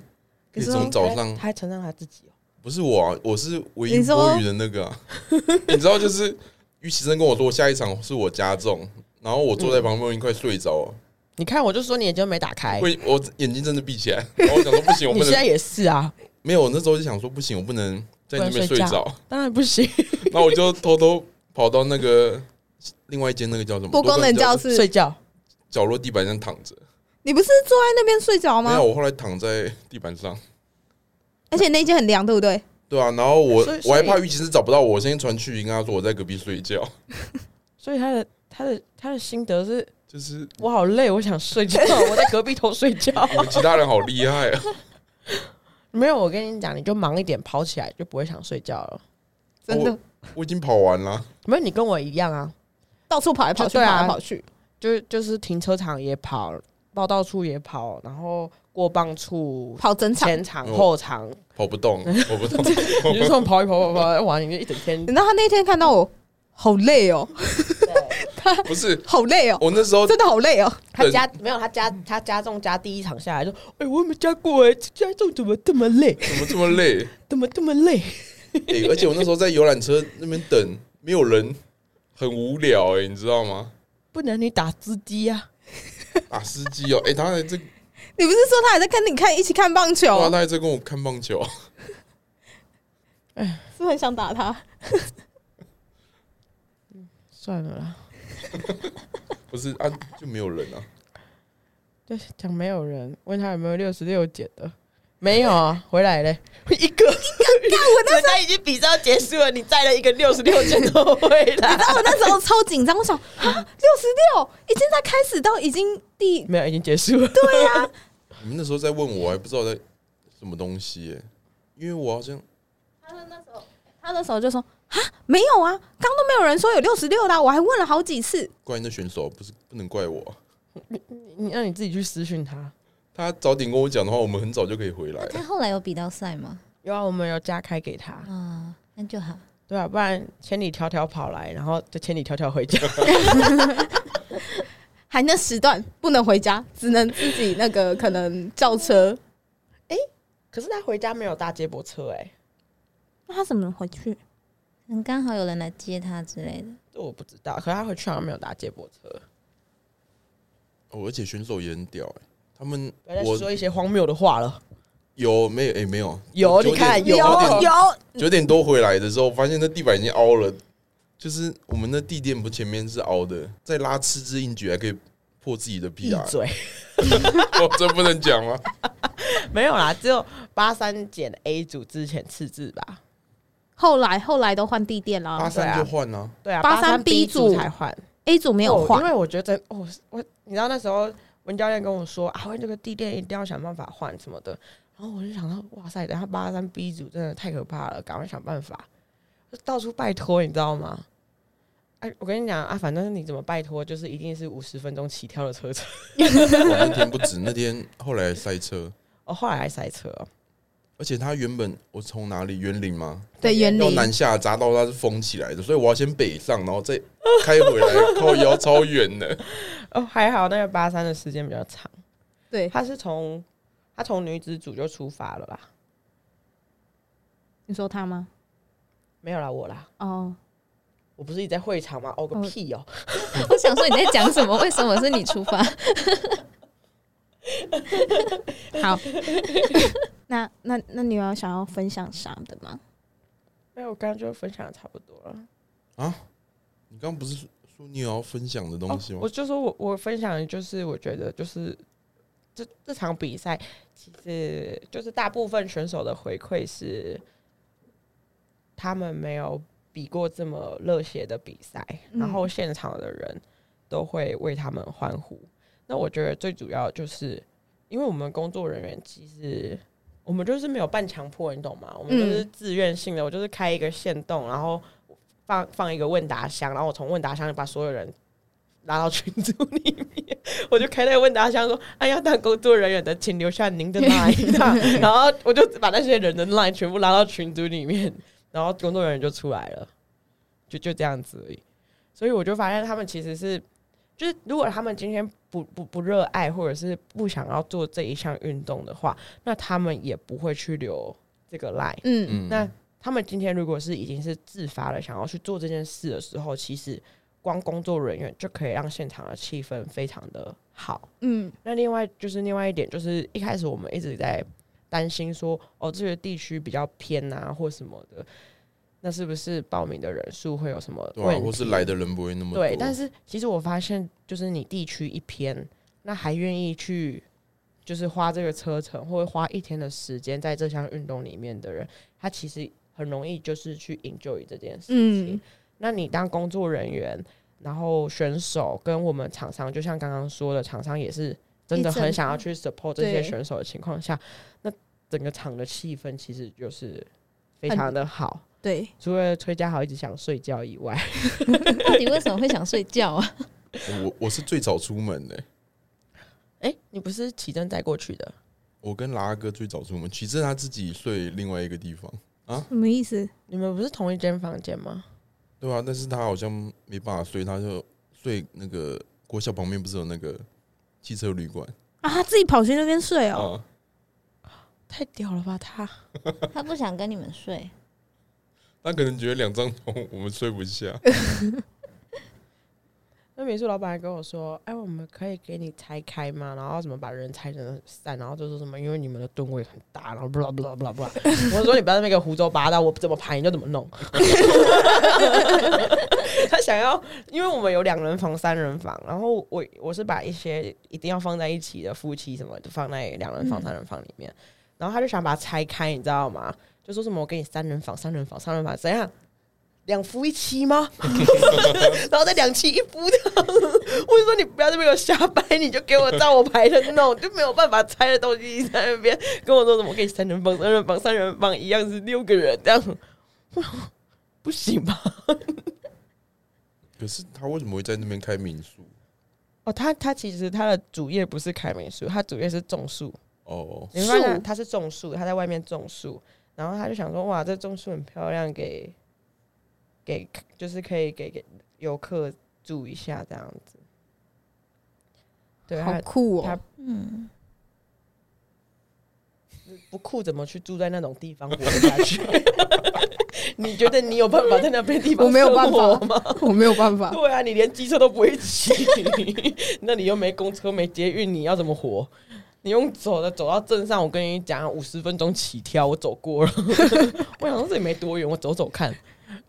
Speaker 2: 可以
Speaker 4: 是
Speaker 2: 从早上
Speaker 4: 他还承认他自己哦，
Speaker 2: 不是我、啊，我是唯一
Speaker 1: 你说
Speaker 2: 摸鱼的那个、 啊。你知道，就是于其生跟我说下一场是我加重，然后我坐在旁边我已经快睡着了，
Speaker 4: 你看我就说你眼睛没打开，
Speaker 2: 会我眼睛真的闭起来， 然后我想说不行，我
Speaker 4: 嗯你
Speaker 2: 不
Speaker 4: 现在
Speaker 2: 能
Speaker 4: 也是啊，
Speaker 2: 没有，我那时候就想说不行，我不能在那边睡
Speaker 4: 不能睡
Speaker 2: 着，
Speaker 4: 当然不行，
Speaker 2: 那我就偷偷跑到那个另外一间那个叫什么
Speaker 1: 不功能教，室，
Speaker 4: 睡觉。
Speaker 2: 角落地板上躺着。
Speaker 1: 你不是坐在那边睡着
Speaker 2: 没
Speaker 1: 吗
Speaker 2: 有，？我后来躺在地板上，
Speaker 1: 而且那间很凉，对不对？
Speaker 2: 对啊，然后我
Speaker 4: 所以所
Speaker 2: 我还
Speaker 4: 以
Speaker 2: 怕玉琪是找不到我，我先传去跟他说我在隔壁睡觉，
Speaker 4: 所以他的他的他的心得是
Speaker 2: 就是
Speaker 4: 我好累，我想睡觉，我在隔壁头 睡觉。
Speaker 2: 我们其他人好厉害啊！
Speaker 4: 没有，我跟你讲，你就忙一点，跑起来就不会想睡觉了。真的
Speaker 2: 我我已经跑完了，
Speaker 4: 没有，你跟我一样啊，
Speaker 5: 到处跑来跑去，
Speaker 4: 对啊
Speaker 5: 跑来跑去，
Speaker 4: 就就是停车场也跑，报道处也跑，然后过磅处、
Speaker 5: 跑整场。
Speaker 4: 前场、
Speaker 2: 我
Speaker 4: 后场，
Speaker 2: 跑不动，跑不动。
Speaker 4: 哦 你就这么跑一跑跑跑，哇，你就一整天
Speaker 5: 你知道他那天看到我，好累哦，
Speaker 2: 不是
Speaker 5: 好累哦，
Speaker 2: 我那时候
Speaker 5: 真的好累哦。
Speaker 4: 他加没有他加他加重加第一场下来就，哎、我没加过哎、加重怎么这么累，
Speaker 2: 怎么这么累？
Speaker 4: 怎么这么累？
Speaker 2: 欸而且我那时候在游览车那边等，没有人，很无聊哎、你知道吗？
Speaker 4: 不能你打字机啊，
Speaker 2: 打司机哦、哎、他还在，
Speaker 5: 你不是说他还在跟你看一起看棒
Speaker 1: 啊
Speaker 5: 球
Speaker 2: 哇，，他还在跟我看棒球，
Speaker 5: 是不是很想打他？
Speaker 4: 算了啦，
Speaker 2: 不是啊，就没有人啊，
Speaker 4: 就讲没有人问他有没有六十六减的，没有啊， 回来嘞，一个，我那时候已经比赛要结束了，你带了一个六十六 减的回来，
Speaker 5: 然后我那时候超紧张，我想啊，六十六已经在开始到已经第
Speaker 4: 没有，已经结束了，
Speaker 5: 对啊呀、
Speaker 2: 你们那时候在问我，还不知道在什么东西、欸，因为我好像
Speaker 1: 他们那时候
Speaker 5: 他那时候就说啊，没有啊，刚都没有人说有六十六的啊、我还问了好几次。
Speaker 2: 怪那选手，不是不能怪我啊、
Speaker 4: 你让你自己去私讯他。
Speaker 2: 他早点跟我讲的话，我们很早就可以回来
Speaker 3: 那他
Speaker 2: 了。
Speaker 3: 后来有比到赛吗？
Speaker 4: 有啊，我们有加开给他，
Speaker 3: 啊，那就好。
Speaker 4: 对啊，不然千里迢迢跑来，然后就千里迢迢回家。
Speaker 5: 还那时段不能回家，只能自己那个可能叫车。
Speaker 4: 可是他回家没有搭接驳车哎、
Speaker 1: 那他怎么回去？
Speaker 3: 可能刚好有人来接他之类的。
Speaker 4: 这我不知道。可是他回去好像没有搭接驳车。
Speaker 2: 哦，而且选手也很屌哎、他们
Speaker 4: 不要再
Speaker 2: 我
Speaker 4: 说一些荒谬的话了。
Speaker 2: 有没有？哎、没有，
Speaker 4: 有
Speaker 2: 九点
Speaker 4: 你看
Speaker 2: 九
Speaker 4: 有
Speaker 2: 点
Speaker 5: 有，
Speaker 2: 九点多回来的时候，发现那地板已经凹了，就是我们那地垫不前面是凹的，再拉吃之硬举还可以破自己的
Speaker 4: 闭
Speaker 2: PR，
Speaker 4: 嘴，
Speaker 2: 哦， 这不能讲吗？
Speaker 4: 没有啦，只有八三减 A 组之前次字吧。
Speaker 1: 后来后来都换地垫了
Speaker 2: 八
Speaker 1: 啊
Speaker 2: 三就换啊，
Speaker 4: 对啊，
Speaker 1: 八三 B
Speaker 4: B
Speaker 1: 组
Speaker 4: 才换，
Speaker 1: ，A 组没有
Speaker 4: 哦
Speaker 1: 换
Speaker 4: 因，为我觉得哦，我你知道那时候文教练跟我说啊，换这个地垫一定要想办法换什么的，然后我就想到哇塞，等下八三 B 组真的太可怕了，赶快想办法，就到处拜托，你知道吗？哎、我跟你讲啊，反正你怎么拜托，就是一定是五十分钟起跳的车程。 啊
Speaker 2: 我那天不止，那天后来塞车，
Speaker 4: 哦，后来还塞车哦、
Speaker 2: 而且他原本我从哪里园林吗？
Speaker 5: 对，园
Speaker 2: 要
Speaker 5: 林
Speaker 2: 南下匝道它是封起来的，所以我要先北上，然后再开回来，靠腰超远的。
Speaker 4: 哦，还好那个八三的时间比较长，
Speaker 5: 对，
Speaker 4: 他是从他从女子组就出发了啦，
Speaker 1: 你说他吗？
Speaker 4: 没有啦，我啦，
Speaker 1: 哦，
Speaker 4: 我不是也在会场吗？哦个屁哦、
Speaker 3: 我想说你在讲什么？为什么是你出 发？
Speaker 1: 好，那那那你有想要分享啥的吗？
Speaker 4: 没有，我刚刚就分享的差不多了。
Speaker 2: 你刚刚不是说你有要分享的东西
Speaker 4: 哦
Speaker 2: 吗？
Speaker 4: 我就说我我分享的就是我觉得就是这这场比赛其实就是大部分选手的回馈是他们没有比过这么热血的比赛，
Speaker 1: 嗯
Speaker 4: 然后现场的人都会为他们欢呼。那我觉得最主要就是因为我们工作人员其实。我们就是没有半强迫，你懂吗？我们就是自愿性的，我就是开一个线动，然后放放一个问答箱，然后我从问答箱里把所有人拉到群组里面，我就开那个问答箱说：“哎呀，当工作人员的，请留下您的 line 啊。”然后我就把那些人的 line 全部拉到群组里面，然后工作人员就出来了，就就这样子而已。所以我就发现他们其实是，就是如果他们今天不不不热爱或者是不想要做这一项运动的话，那他们也不会去留这个 line。
Speaker 5: 嗯，
Speaker 2: 嗯，
Speaker 4: 那他们今天如果是已经是自发的想要去做这件事的时候，其实光工作人员就可以让现场的气氛非常的好。
Speaker 5: 嗯，
Speaker 4: 那另外就是另外一点，就是一开始我们一直在担心说，哦，这个地区比较偏啊，或什么的，那是不是报名的人数会有什么
Speaker 2: 对
Speaker 4: 问
Speaker 2: 吧、
Speaker 4: 题？啊
Speaker 2: 或是来的人不会那么多。
Speaker 4: 对，但是其实我发现，就是你地区一偏，那还愿意去就是花这个车程或者花一天的时间在这项运动里面的人，他其实很容易就是去 enjoy 这件事情。
Speaker 1: 嗯
Speaker 4: 那你当工作人员，然后选手跟我们厂商，就像刚刚说的，厂商也是真的
Speaker 1: 一整
Speaker 4: 很想要去 support 这些
Speaker 1: 对
Speaker 4: 选手的情况下，那整个场的气氛其实就是非常的好。
Speaker 1: 对，
Speaker 4: 除了崔家豪一直想睡觉以外，
Speaker 3: 到底为什么会想睡觉啊？
Speaker 2: 我我是最早出门的、
Speaker 4: 哎、你不是起征带过去的？
Speaker 2: 我跟拉哥最早出门，其实他自己睡另外一个地方，
Speaker 1: 什么意思？
Speaker 4: 你们不是同一间房间吗？
Speaker 2: 对啊，但是他好像没办法睡，他就睡那个国小旁边不是有那个汽车旅馆
Speaker 1: 啊，他自己跑去那边睡哦、
Speaker 2: 啊？
Speaker 4: 太屌了吧他！
Speaker 3: 他不想跟你们睡，
Speaker 2: 他可能觉得两张床我们睡不下，
Speaker 4: 那民宿老板还跟我说：“哎，我们可以给你拆开吗？然后怎么把人拆成散？然后就说什么因为你们的吨位很大，然后不啦不啦不啦不啦。”我说：“你不要在那个胡诌八道，我怎么排你就怎么弄。” 他想要，因为我们有两人房、三人房，然后我我是把一些一定要放在一起的夫妻什么的放在两人房、三人房里面，然后他就想把它拆开，你知道吗？就说什么我给你三人房、三人房、三人房怎样？两夫一妻吗？ 然后再两妻一夫的，我就说你不要这边有瞎掰，你就给我照我排的弄，就没有办法拆的东西在那边跟我说什么给三人房、三人房、三人房一样是六个人这样，不行吧？
Speaker 2: 可是他为什么会在那边开民宿？
Speaker 4: 哦，他他其实他的主业不是凯美树，他主业是种树，
Speaker 2: 哦，
Speaker 4: 你会发现他是种树，他在外面种树，然后他就想说哇，这种树很漂亮，给给就是可以给给游客住一下这样子。对，他
Speaker 1: 好酷
Speaker 4: 他
Speaker 1: 哦、
Speaker 3: 嗯，
Speaker 4: 不酷怎么去住在那种地方活得下去？ 你觉得你有办法在那边地方
Speaker 5: 我没有办法
Speaker 4: 生活吗？
Speaker 5: 我没有办 法，
Speaker 4: 对啊，你连机车都不会骑， 那你又没公车没捷运，你要怎么活？你用走的走到镇上，我跟你讲，五十分钟起跳，我走过了。 我想说这也没多远，我走走看，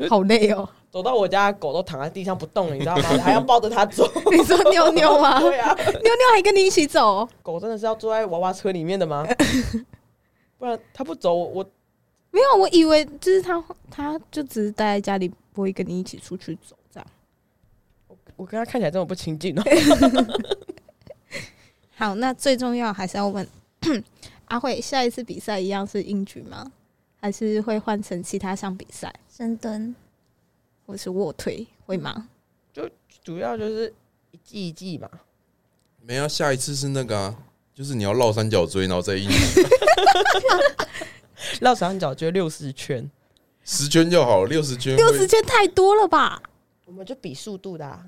Speaker 5: 好累 哦。
Speaker 4: 走到我家的狗都躺在地上不动了，你知道吗？我还要抱着它走。
Speaker 5: 你说妞妞吗？
Speaker 4: 对啊，
Speaker 5: 妞妞还跟你一起走，
Speaker 4: 狗真的是要坐在娃娃车里面的吗？ 不然它不走，我
Speaker 1: 没有，我以为就是他，他就只是待在家里，不会跟你一起出去走这样。
Speaker 4: 我跟它看起来这么不亲近哦。
Speaker 1: 好，那最重要还是要问 阿慧，下一次比赛一样是硬举吗？还是会换成其他项比赛，
Speaker 3: 深蹲，
Speaker 1: 或是卧推会吗？
Speaker 4: 主要就是一季一季嘛。
Speaker 2: 没有、啊，下一次是那个啊，就是你要绕三角锥，然后再一
Speaker 4: 绕三角就六十圈，
Speaker 2: 十圈就好，六十
Speaker 4: 嗯
Speaker 2: 圈会，
Speaker 1: 六十圈太多了吧？
Speaker 4: 我们就比速度的、啊。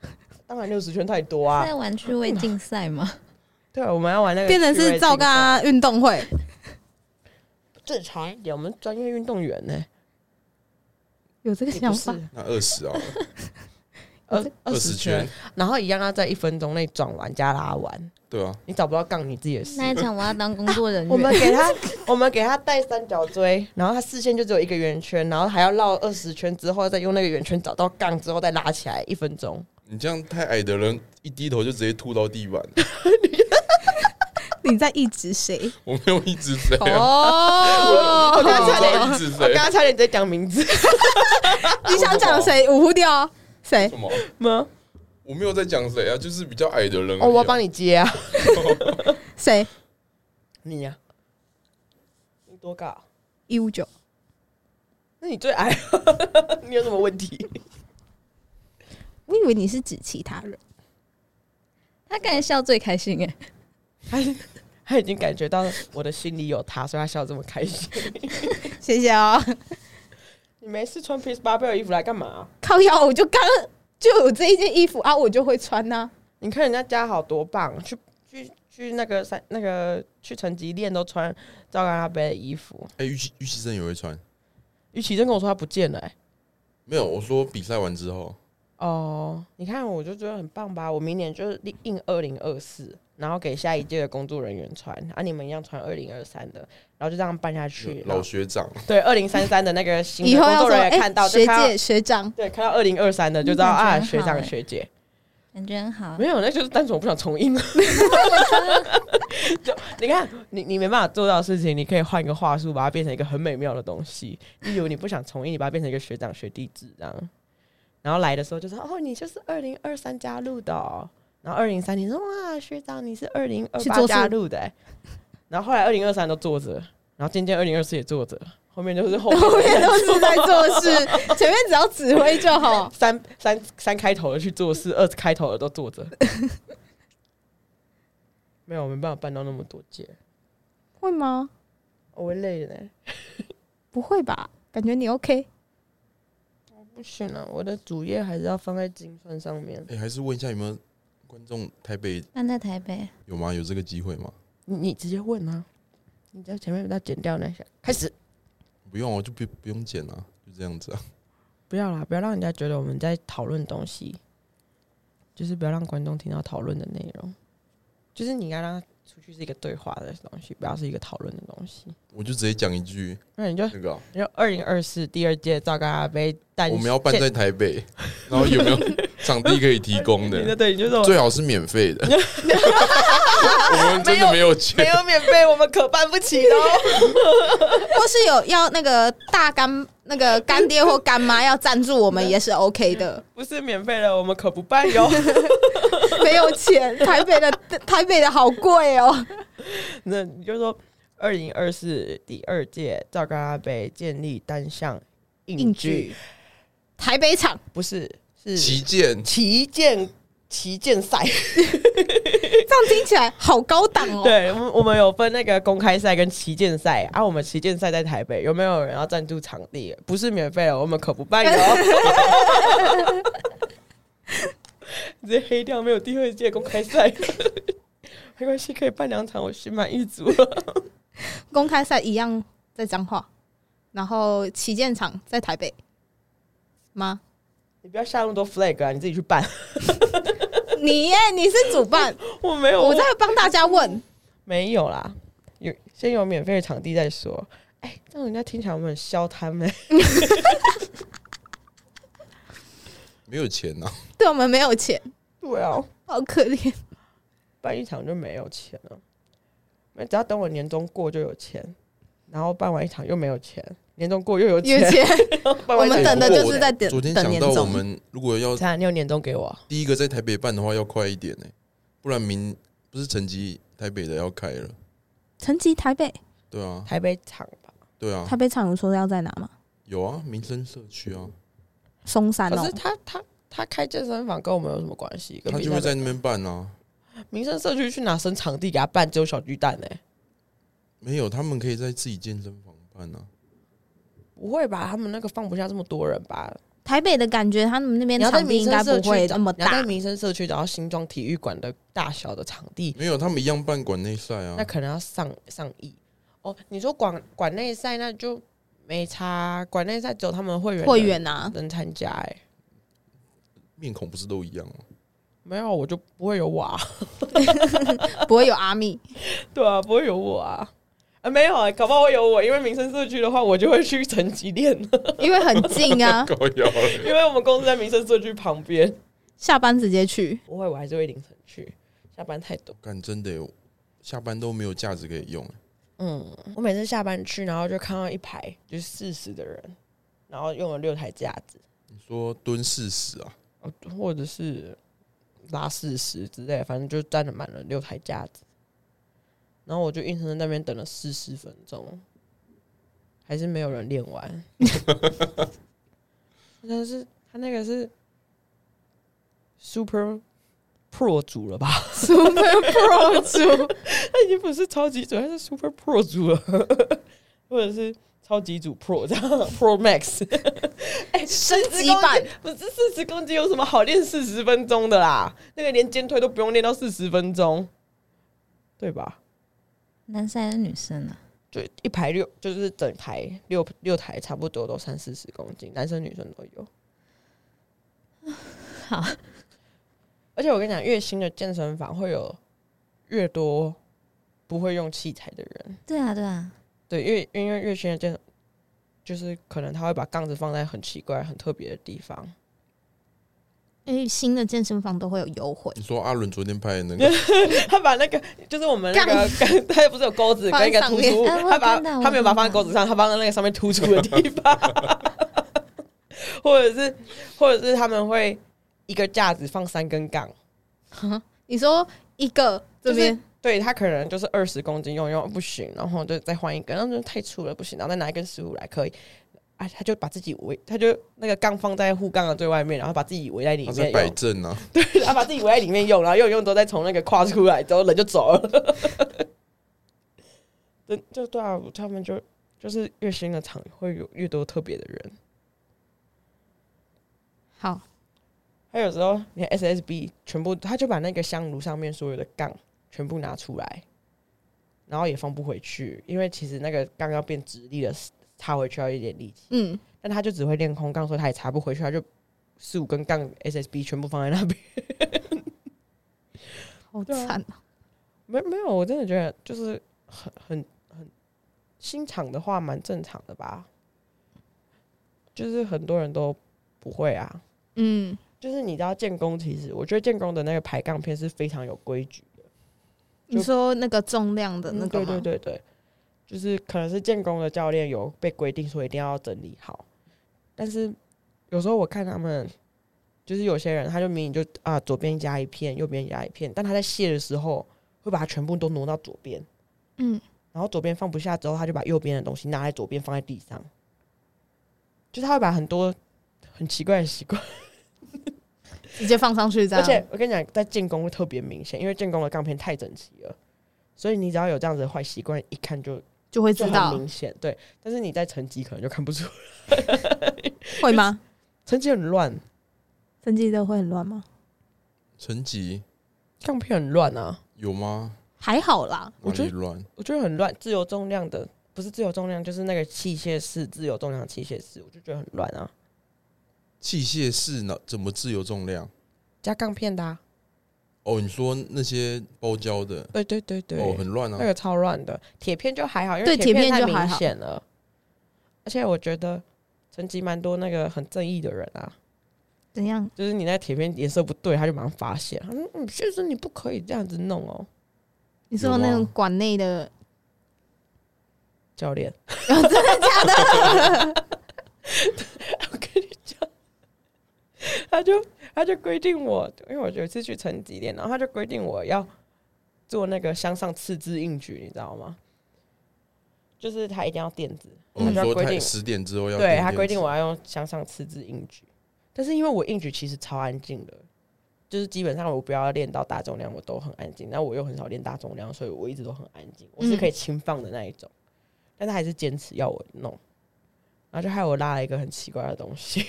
Speaker 4: 当然六十圈太多啊
Speaker 3: 在！玩趣味竞赛吗？
Speaker 4: 对啊，我们要玩那个
Speaker 5: 变成
Speaker 4: 趣味
Speaker 5: 是
Speaker 4: 竞
Speaker 5: 赵啊
Speaker 4: 赛
Speaker 5: 嘎运动会。
Speaker 4: 正常一点，我们专业运动员呢、
Speaker 1: 有这个
Speaker 4: 你不
Speaker 1: 想
Speaker 4: 是
Speaker 1: 法？
Speaker 2: 那二十啊，
Speaker 4: 二
Speaker 2: 二
Speaker 4: 二
Speaker 2: 十
Speaker 4: 十
Speaker 2: 圈
Speaker 4: 圈，，然后一样要在一分钟内转完加拉完，
Speaker 2: 对啊，
Speaker 4: 你找不到杠你自己的事。
Speaker 3: 那一 场我要当工作人
Speaker 4: 我们
Speaker 3: 员，
Speaker 4: 给他， 我们给他带三角锥，然后他视线就只有一个圆圈，然后还要绕二十圈之后，再用那个圆圈找到杠之后再拉起来，一分钟。
Speaker 2: 你这样太矮的人一低头就直接吐到地 板，
Speaker 1: 你在一直谁？
Speaker 2: 我没有一直谁啊，
Speaker 5: 哦，
Speaker 4: 我刚才
Speaker 2: 我没有一直
Speaker 4: 我
Speaker 2: 谁
Speaker 4: 刚刚差点在讲名字
Speaker 5: 你想讲谁？五湖调谁？
Speaker 2: 什么？
Speaker 4: 吗？
Speaker 2: 我没有在讲谁啊，就是比较矮的人、
Speaker 4: 哦，我要帮
Speaker 2: 你，
Speaker 4: 你接啊，
Speaker 5: 谁？
Speaker 4: 你啊呀、你多高？
Speaker 5: 一五九，
Speaker 4: 那你最矮，你有什么问题？
Speaker 1: 我以为你是指其他人。
Speaker 3: 他刚才笑最开心哎，
Speaker 4: 他他已经感觉到我的心里有他，所以他笑得这么开心。
Speaker 5: 谢谢哦。
Speaker 4: 你没事穿 PS 八 b 的衣服来干嘛？ 啊
Speaker 5: 靠腰，我就刚就有这一件衣服啊，我就会穿呐、
Speaker 4: 你看人家家好多棒，去去去那个三那个去成吉练都穿赵刚阿贝的衣服。
Speaker 2: 哎、玉琪玉琪真也会穿，
Speaker 4: 于启真跟我说他不见了、欸
Speaker 2: 没有，我说比赛完之后，
Speaker 4: 哦，你看，我就觉得很棒吧。我明年就是立印二零二四，然后给下一届的工作人员穿，啊，你们一样穿二零二三的，然后就这样办下去。然
Speaker 2: 老
Speaker 4: 后
Speaker 2: 学长，
Speaker 4: 对二零三三的那个新
Speaker 5: 以
Speaker 4: 的
Speaker 5: 后
Speaker 4: 工
Speaker 5: 要
Speaker 4: 作
Speaker 5: 说，
Speaker 4: 人员
Speaker 5: 哎、
Speaker 4: 看到，就
Speaker 5: 学
Speaker 4: 看到
Speaker 5: 姐学长，
Speaker 4: 对，看到二零二三的就知道
Speaker 3: 嗯感觉
Speaker 4: 啊，
Speaker 3: 很好
Speaker 4: 学长
Speaker 3: 欸
Speaker 4: 学姐。
Speaker 3: 感觉很 好。
Speaker 4: 没有，那就是单纯我不想重印。就你看，你你没办法做到的事情，你可以换一个话术，把它变成一个很美妙的东西。例如，你不想重印，你把它变成一个学长学弟制这样。然后来的时候就说：“哦，你就是二零二三加入的、哦。”然后二零三，你说：“哇，学长，你是二零二
Speaker 5: 去
Speaker 4: 八
Speaker 5: 做事
Speaker 4: 加入的、欸。”然后后来二零二三都坐着，然后渐渐二零二四也坐着，后面就是后 面
Speaker 5: 后面都是在做事， 前面只要指挥就好。
Speaker 4: 三三三开头的去做事，二开头的都 坐着。没有，我没办法办到那么多届，
Speaker 5: 会吗？
Speaker 4: 我会累的呢。
Speaker 5: 不会吧？感觉你 OK。
Speaker 4: 不行啊，我的主业还是要放在精算上面。
Speaker 2: 哎、还是问一下有没有观众台北
Speaker 3: 搬在台北，
Speaker 2: 有吗？有这个机会吗？
Speaker 4: 你你直接问啊，你在前面把它剪掉那一下，开始
Speaker 2: 不用，我就不不用剪了，就这样子啊。
Speaker 4: 不要啦，不要让人家觉得我们在讨论东西，就是不要让观众听到讨论的内容，就是你应该让它出去是一个对话的东西，不要是一个讨论的东西。
Speaker 2: 我就直接讲一句
Speaker 4: 那你就
Speaker 2: 那个 啊、
Speaker 4: 你就二零二四第二届赵嘎杯单，
Speaker 2: 我们要办在台北，然后有没有 场地可以提供
Speaker 4: 你的
Speaker 2: 的？
Speaker 4: 对，你就说我
Speaker 2: 最好是免费 的。我们真的没有
Speaker 4: 没
Speaker 2: 钱，
Speaker 4: 有免费，我们可办不起哦。
Speaker 1: 或是有要那个大干那个干爹或 干妈要赞助我们也是 OK 的，
Speaker 4: 不是免费的，我们可不办哟。
Speaker 1: 没有钱，台北的台北的好贵哦。
Speaker 4: 那你就说，二零二四第二届赵嘎嘎杯建立单项硬举，
Speaker 1: 台北场
Speaker 4: 不是是
Speaker 2: 旗舰
Speaker 4: 旗舰旗舰赛。
Speaker 1: 这样听起来好高档哦。
Speaker 4: 对，我们我们有分那个公开赛跟旗舰赛啊。我们旗舰赛在台北，有没有人要赞助场地？不是免费的，哦我们可 不办哟。直接黑掉没有第二届公开赛， 没关系，可以办两场，我心满意足 了。
Speaker 1: 公开赛一样在彰化，然后旗舰场在台北吗？
Speaker 4: 你不要下那么多 flag 啊，你自己去办。
Speaker 1: 你耶，你是主 办，
Speaker 4: 我没有，
Speaker 1: 我在帮大家问。
Speaker 4: 没有啦，有先有免费的场地再说。哎、这样人家听起来我们很消欸摊们、
Speaker 2: 没有钱啊呐、
Speaker 1: 对我们没有钱，
Speaker 4: 对啊，
Speaker 1: 好可怜。
Speaker 4: 办一场就没有钱了，那只要等我年终过就有钱，然后办完一场又没有钱，年终过又有
Speaker 1: 有
Speaker 4: 钱，
Speaker 1: 钱，
Speaker 4: 办完一
Speaker 1: 我
Speaker 4: 场
Speaker 1: 们
Speaker 2: 哎
Speaker 1: 等的
Speaker 2: 不过
Speaker 1: 就是
Speaker 2: 我
Speaker 1: 在等
Speaker 2: 昨天
Speaker 1: 等
Speaker 2: 想
Speaker 1: 年
Speaker 2: 到我
Speaker 1: 终
Speaker 2: 们如果要
Speaker 4: 才你有年终给我啊，
Speaker 2: 第一个在台北办的话，要快一点呢、欸不然明不是成绩台北的要开了。
Speaker 1: 成绩台北，
Speaker 2: 对啊，
Speaker 4: 台北场吧。
Speaker 2: 对啊
Speaker 1: 台，北场有说要在哪吗？
Speaker 2: 有啊，民生社区啊，
Speaker 1: 松山
Speaker 4: 可
Speaker 1: 哦
Speaker 4: 是，他他他开健身房跟我们有什么关系？跟
Speaker 2: 他就会在那边办啊。
Speaker 4: 民生社区去哪生场地给他办？只有小巨蛋呢、欸
Speaker 2: 没有，他们可以在自己健身房办啊。
Speaker 4: 不会吧？他们那个放不下这么多人吧？
Speaker 1: 台北的感觉，他们那边
Speaker 4: 你要在
Speaker 1: 场地
Speaker 4: 民
Speaker 1: 应
Speaker 4: 生
Speaker 1: 该
Speaker 4: 社
Speaker 1: 不
Speaker 4: 区
Speaker 1: 会
Speaker 4: 找
Speaker 1: 那么
Speaker 4: 你要在
Speaker 1: 大。
Speaker 4: 民生社区找到新庄体育馆的大小的场地，
Speaker 2: 没有，他们一样办馆内赛啊
Speaker 4: 那。可能要上上亿哦。你说馆馆内赛那就没差，啊馆内赛只有他们会员
Speaker 1: 会员啊，
Speaker 4: 能参加、哎，
Speaker 2: 面孔不是都一样吗？
Speaker 4: 没有啊我就不会有我啊，
Speaker 1: 不会有阿密，
Speaker 4: 对啊，不会有我啊。啊，没有啊，搞不好会有我，因为民生社区的话，我就会去成绩练了，
Speaker 1: 因为很近啊，
Speaker 2: 高腰
Speaker 4: 因为我们公司在民生社区旁边。
Speaker 1: 下班直接去。
Speaker 4: 不会，我还是会凌晨去，下班太多。
Speaker 2: 干真的耶，下班都没有价值可以用耶。欸
Speaker 4: 嗯，我每次下班去，然后就看到一排就是四十的人，然后用了六台架子，
Speaker 2: 你说蹲四十啊？
Speaker 4: 哦或者是拉四十之类，反正就站了满了六台架子。然后我就硬生生在那边等了四十分钟，还是没有人练完。 但是他那个是 Super Pro 组了吧？
Speaker 1: Super Pro 组，
Speaker 4: 他已经不是超级组，他是 Super Pro 组了， 或者是超级组 Pro 这样 Pro Max。哎、
Speaker 1: 升
Speaker 4: 40
Speaker 1: 级版
Speaker 4: 公斤不是四十公斤有什么好练四十分钟的啦？那个连肩推都不用练到四十分钟，对吧？
Speaker 3: 男生还是女生啊？
Speaker 4: 就一排六，就是整台六六台，差不多都三四十公斤，男生女生都有。
Speaker 3: 好，
Speaker 4: 而且我跟你讲，越新的健身房会有越多不会用器材的人。
Speaker 3: 对啊，对啊，
Speaker 4: 对，因为因为月薪的健，就是可能他会把杠子放在很奇怪、很特别的地方，
Speaker 1: 因为新的健身房都会有优惠
Speaker 2: 你，说阿伦昨天拍的那个，
Speaker 4: 他把那个就是我们那 个，他不是有钩子
Speaker 1: 放在
Speaker 4: 跟一个突出物，
Speaker 3: 上面
Speaker 4: 他把
Speaker 3: 哎我看到
Speaker 4: 他没有把
Speaker 3: 我看到
Speaker 4: 它放在钩子上，他放在那个上面突出的地方， 或者是或者是他们会一个架子放三根杠，
Speaker 1: 你说一个这
Speaker 4: 就是
Speaker 1: 边
Speaker 4: 对他可能就是二十公斤用一用不行，然后就再换一根，那就太粗了不行，然后再拿一根十五来可以。哎，他就把自己围，他就那个杠放在护杠的最外面，然后把自己围在里
Speaker 2: 他
Speaker 4: 面
Speaker 2: 在
Speaker 4: 用，
Speaker 2: 摆正啊，
Speaker 4: 对，他把自己围在里面用，然后用一用之后再从那个跨出来，之后人就走了。 对，就对啊，他们就就是越新的厂会有越多特别的人。
Speaker 1: 好，
Speaker 4: 他有时候连 SSB 全部，他就把那个香炉上面所有的杠全部拿出来，然后也放不回去，因为其实那个杠要变直立了，插回去要一点力气。
Speaker 1: 嗯，
Speaker 4: 但他就只会练空杠，所以他也插不回去，他就四五根杠 SSB 全部放在那边。
Speaker 1: 好
Speaker 4: 对啊
Speaker 1: 惨啊！
Speaker 4: 没没有，我真的觉得就是很很很新厂的话，蛮正常的吧。就是很多人都不会啊。
Speaker 1: 嗯，
Speaker 4: 就是你知道建工，其实我觉得建工的那个排杠片是非常有规矩的。就
Speaker 1: 你说那个重量的那
Speaker 4: 嗯
Speaker 1: 个
Speaker 4: 对
Speaker 1: 吗？
Speaker 4: 对对对，就是可能是建工的教练有被规定说一定要整理好，但是有时候我看他们，就是有些人他就明明就啊左边加一片，右边加一片，但他在卸的时候会把它全部都挪到左边。
Speaker 1: 嗯，
Speaker 4: 然后左边放不下之后，他就把右边的东西拿来左边放在地上，就是他会把很多很奇怪的习惯，
Speaker 1: 直接放上去这
Speaker 4: 而
Speaker 1: 样。
Speaker 4: 且我跟你讲，在建工会特别明显，因为建工的杠片太整齐了，所以你只要有这样子的坏习惯，一看就
Speaker 1: 就会
Speaker 4: 就
Speaker 1: 知
Speaker 4: 很
Speaker 1: 道
Speaker 4: 明显。对，但是你在成绩可能就看不出，
Speaker 1: 会吗？
Speaker 4: 成绩很乱，
Speaker 1: 成绩都会很乱吗？
Speaker 2: 成绩
Speaker 4: 杠片很乱啊，
Speaker 2: 有吗？
Speaker 1: 还好啦，
Speaker 4: 我
Speaker 2: 哪
Speaker 4: 觉得
Speaker 2: 里乱？
Speaker 4: 我觉得很乱。自由重量的不是自由重量，就是那个器械式自由重量器械式，我就觉得很乱啊，
Speaker 2: 器械式呢？怎么自由重量？
Speaker 4: 加杠片的、啊，
Speaker 2: 哦，你说那些包胶的，
Speaker 4: 对对对对，
Speaker 2: 哦，很乱
Speaker 4: 那
Speaker 2: 啊。
Speaker 4: 个超乱的，铁片就还好，因为
Speaker 1: 对
Speaker 4: 铁
Speaker 1: 铁片
Speaker 4: 太
Speaker 1: 就还
Speaker 4: 明
Speaker 1: 好
Speaker 4: 显了。而且我觉得成绩蛮多那个很正义的人啊，
Speaker 1: 怎样？
Speaker 4: 就是你那铁片颜色不对，他就马上发现，他说：“嗯，确实你不可以这样子弄哦，
Speaker 1: 你
Speaker 2: 有
Speaker 1: 说那种
Speaker 2: 吗
Speaker 1: 馆内的，
Speaker 4: 教练。
Speaker 1: 哦
Speaker 4: 真的假的？我跟你讲，他就他就规定我，因为我有一次去成绩练，然后他就规定我要做那个向上次之硬举，你知道吗？就是他一定要垫子，
Speaker 2: 哦，
Speaker 4: 他
Speaker 2: 你
Speaker 4: 就要
Speaker 2: 说
Speaker 4: 规
Speaker 2: 太
Speaker 4: 定
Speaker 2: 十点之后要
Speaker 4: 对
Speaker 2: 定
Speaker 4: 他
Speaker 2: 电
Speaker 4: 规定
Speaker 2: 池
Speaker 4: 我要用向上吃字硬举，但是因为我硬举其实超安静的，就是基本上我不要练到大重量，我都很安静。但我又很少练大重量，所以我一直都很安静，我是可以轻放的那一种。但他还是坚持要我弄，然后就害我拉了一个很奇怪的东西，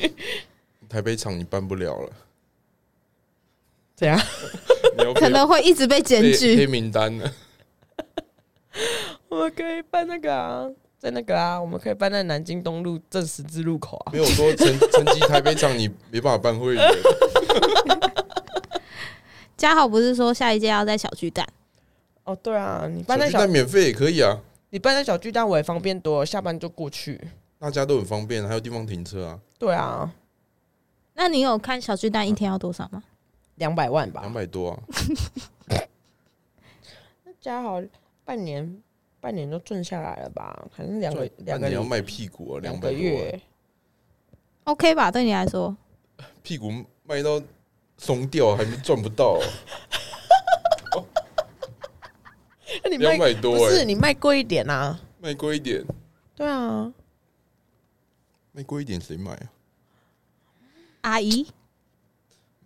Speaker 2: 台北场你办不了了，
Speaker 4: 怎样？
Speaker 2: 你要被
Speaker 1: 可能会一直被检
Speaker 2: 被
Speaker 1: 举
Speaker 2: 黑。名单了。
Speaker 4: 我们可以办那个啊，在那个啊，我们可以办在南京东路正十字路口啊。
Speaker 2: 没有我说成成绩台北场你没办法办会员，
Speaker 1: 嘉豪不是说下一届要在小巨蛋？
Speaker 4: 哦，对啊，你办
Speaker 2: 小
Speaker 4: 在
Speaker 2: 巨
Speaker 4: 小
Speaker 2: 蛋免费也可以啊，
Speaker 4: 你办在小巨蛋，我也方便多了，下班就过去。
Speaker 2: 大家都很方便，还有地方停车啊，
Speaker 4: 对啊，
Speaker 1: 那你有看小巨蛋一天要多少吗？
Speaker 4: 两百万吧
Speaker 2: 两。百多啊，
Speaker 4: 加好半年，半年都赚下来了吧？可能两个两
Speaker 2: 赚
Speaker 4: 个
Speaker 2: 你
Speaker 4: 礼
Speaker 2: 要卖屁股啊，
Speaker 4: 两
Speaker 2: 两
Speaker 4: 个
Speaker 2: 百
Speaker 4: 月，
Speaker 1: OK 吧，对你来说，
Speaker 2: 屁股卖到松掉还没赚不到、啊
Speaker 4: 那 你
Speaker 2: 两百
Speaker 4: 卖不
Speaker 2: 多哎、
Speaker 4: 是你卖贵一点啊？
Speaker 2: 卖贵一点，
Speaker 4: 对啊，
Speaker 2: 卖贵一点谁买啊？
Speaker 1: 阿姨，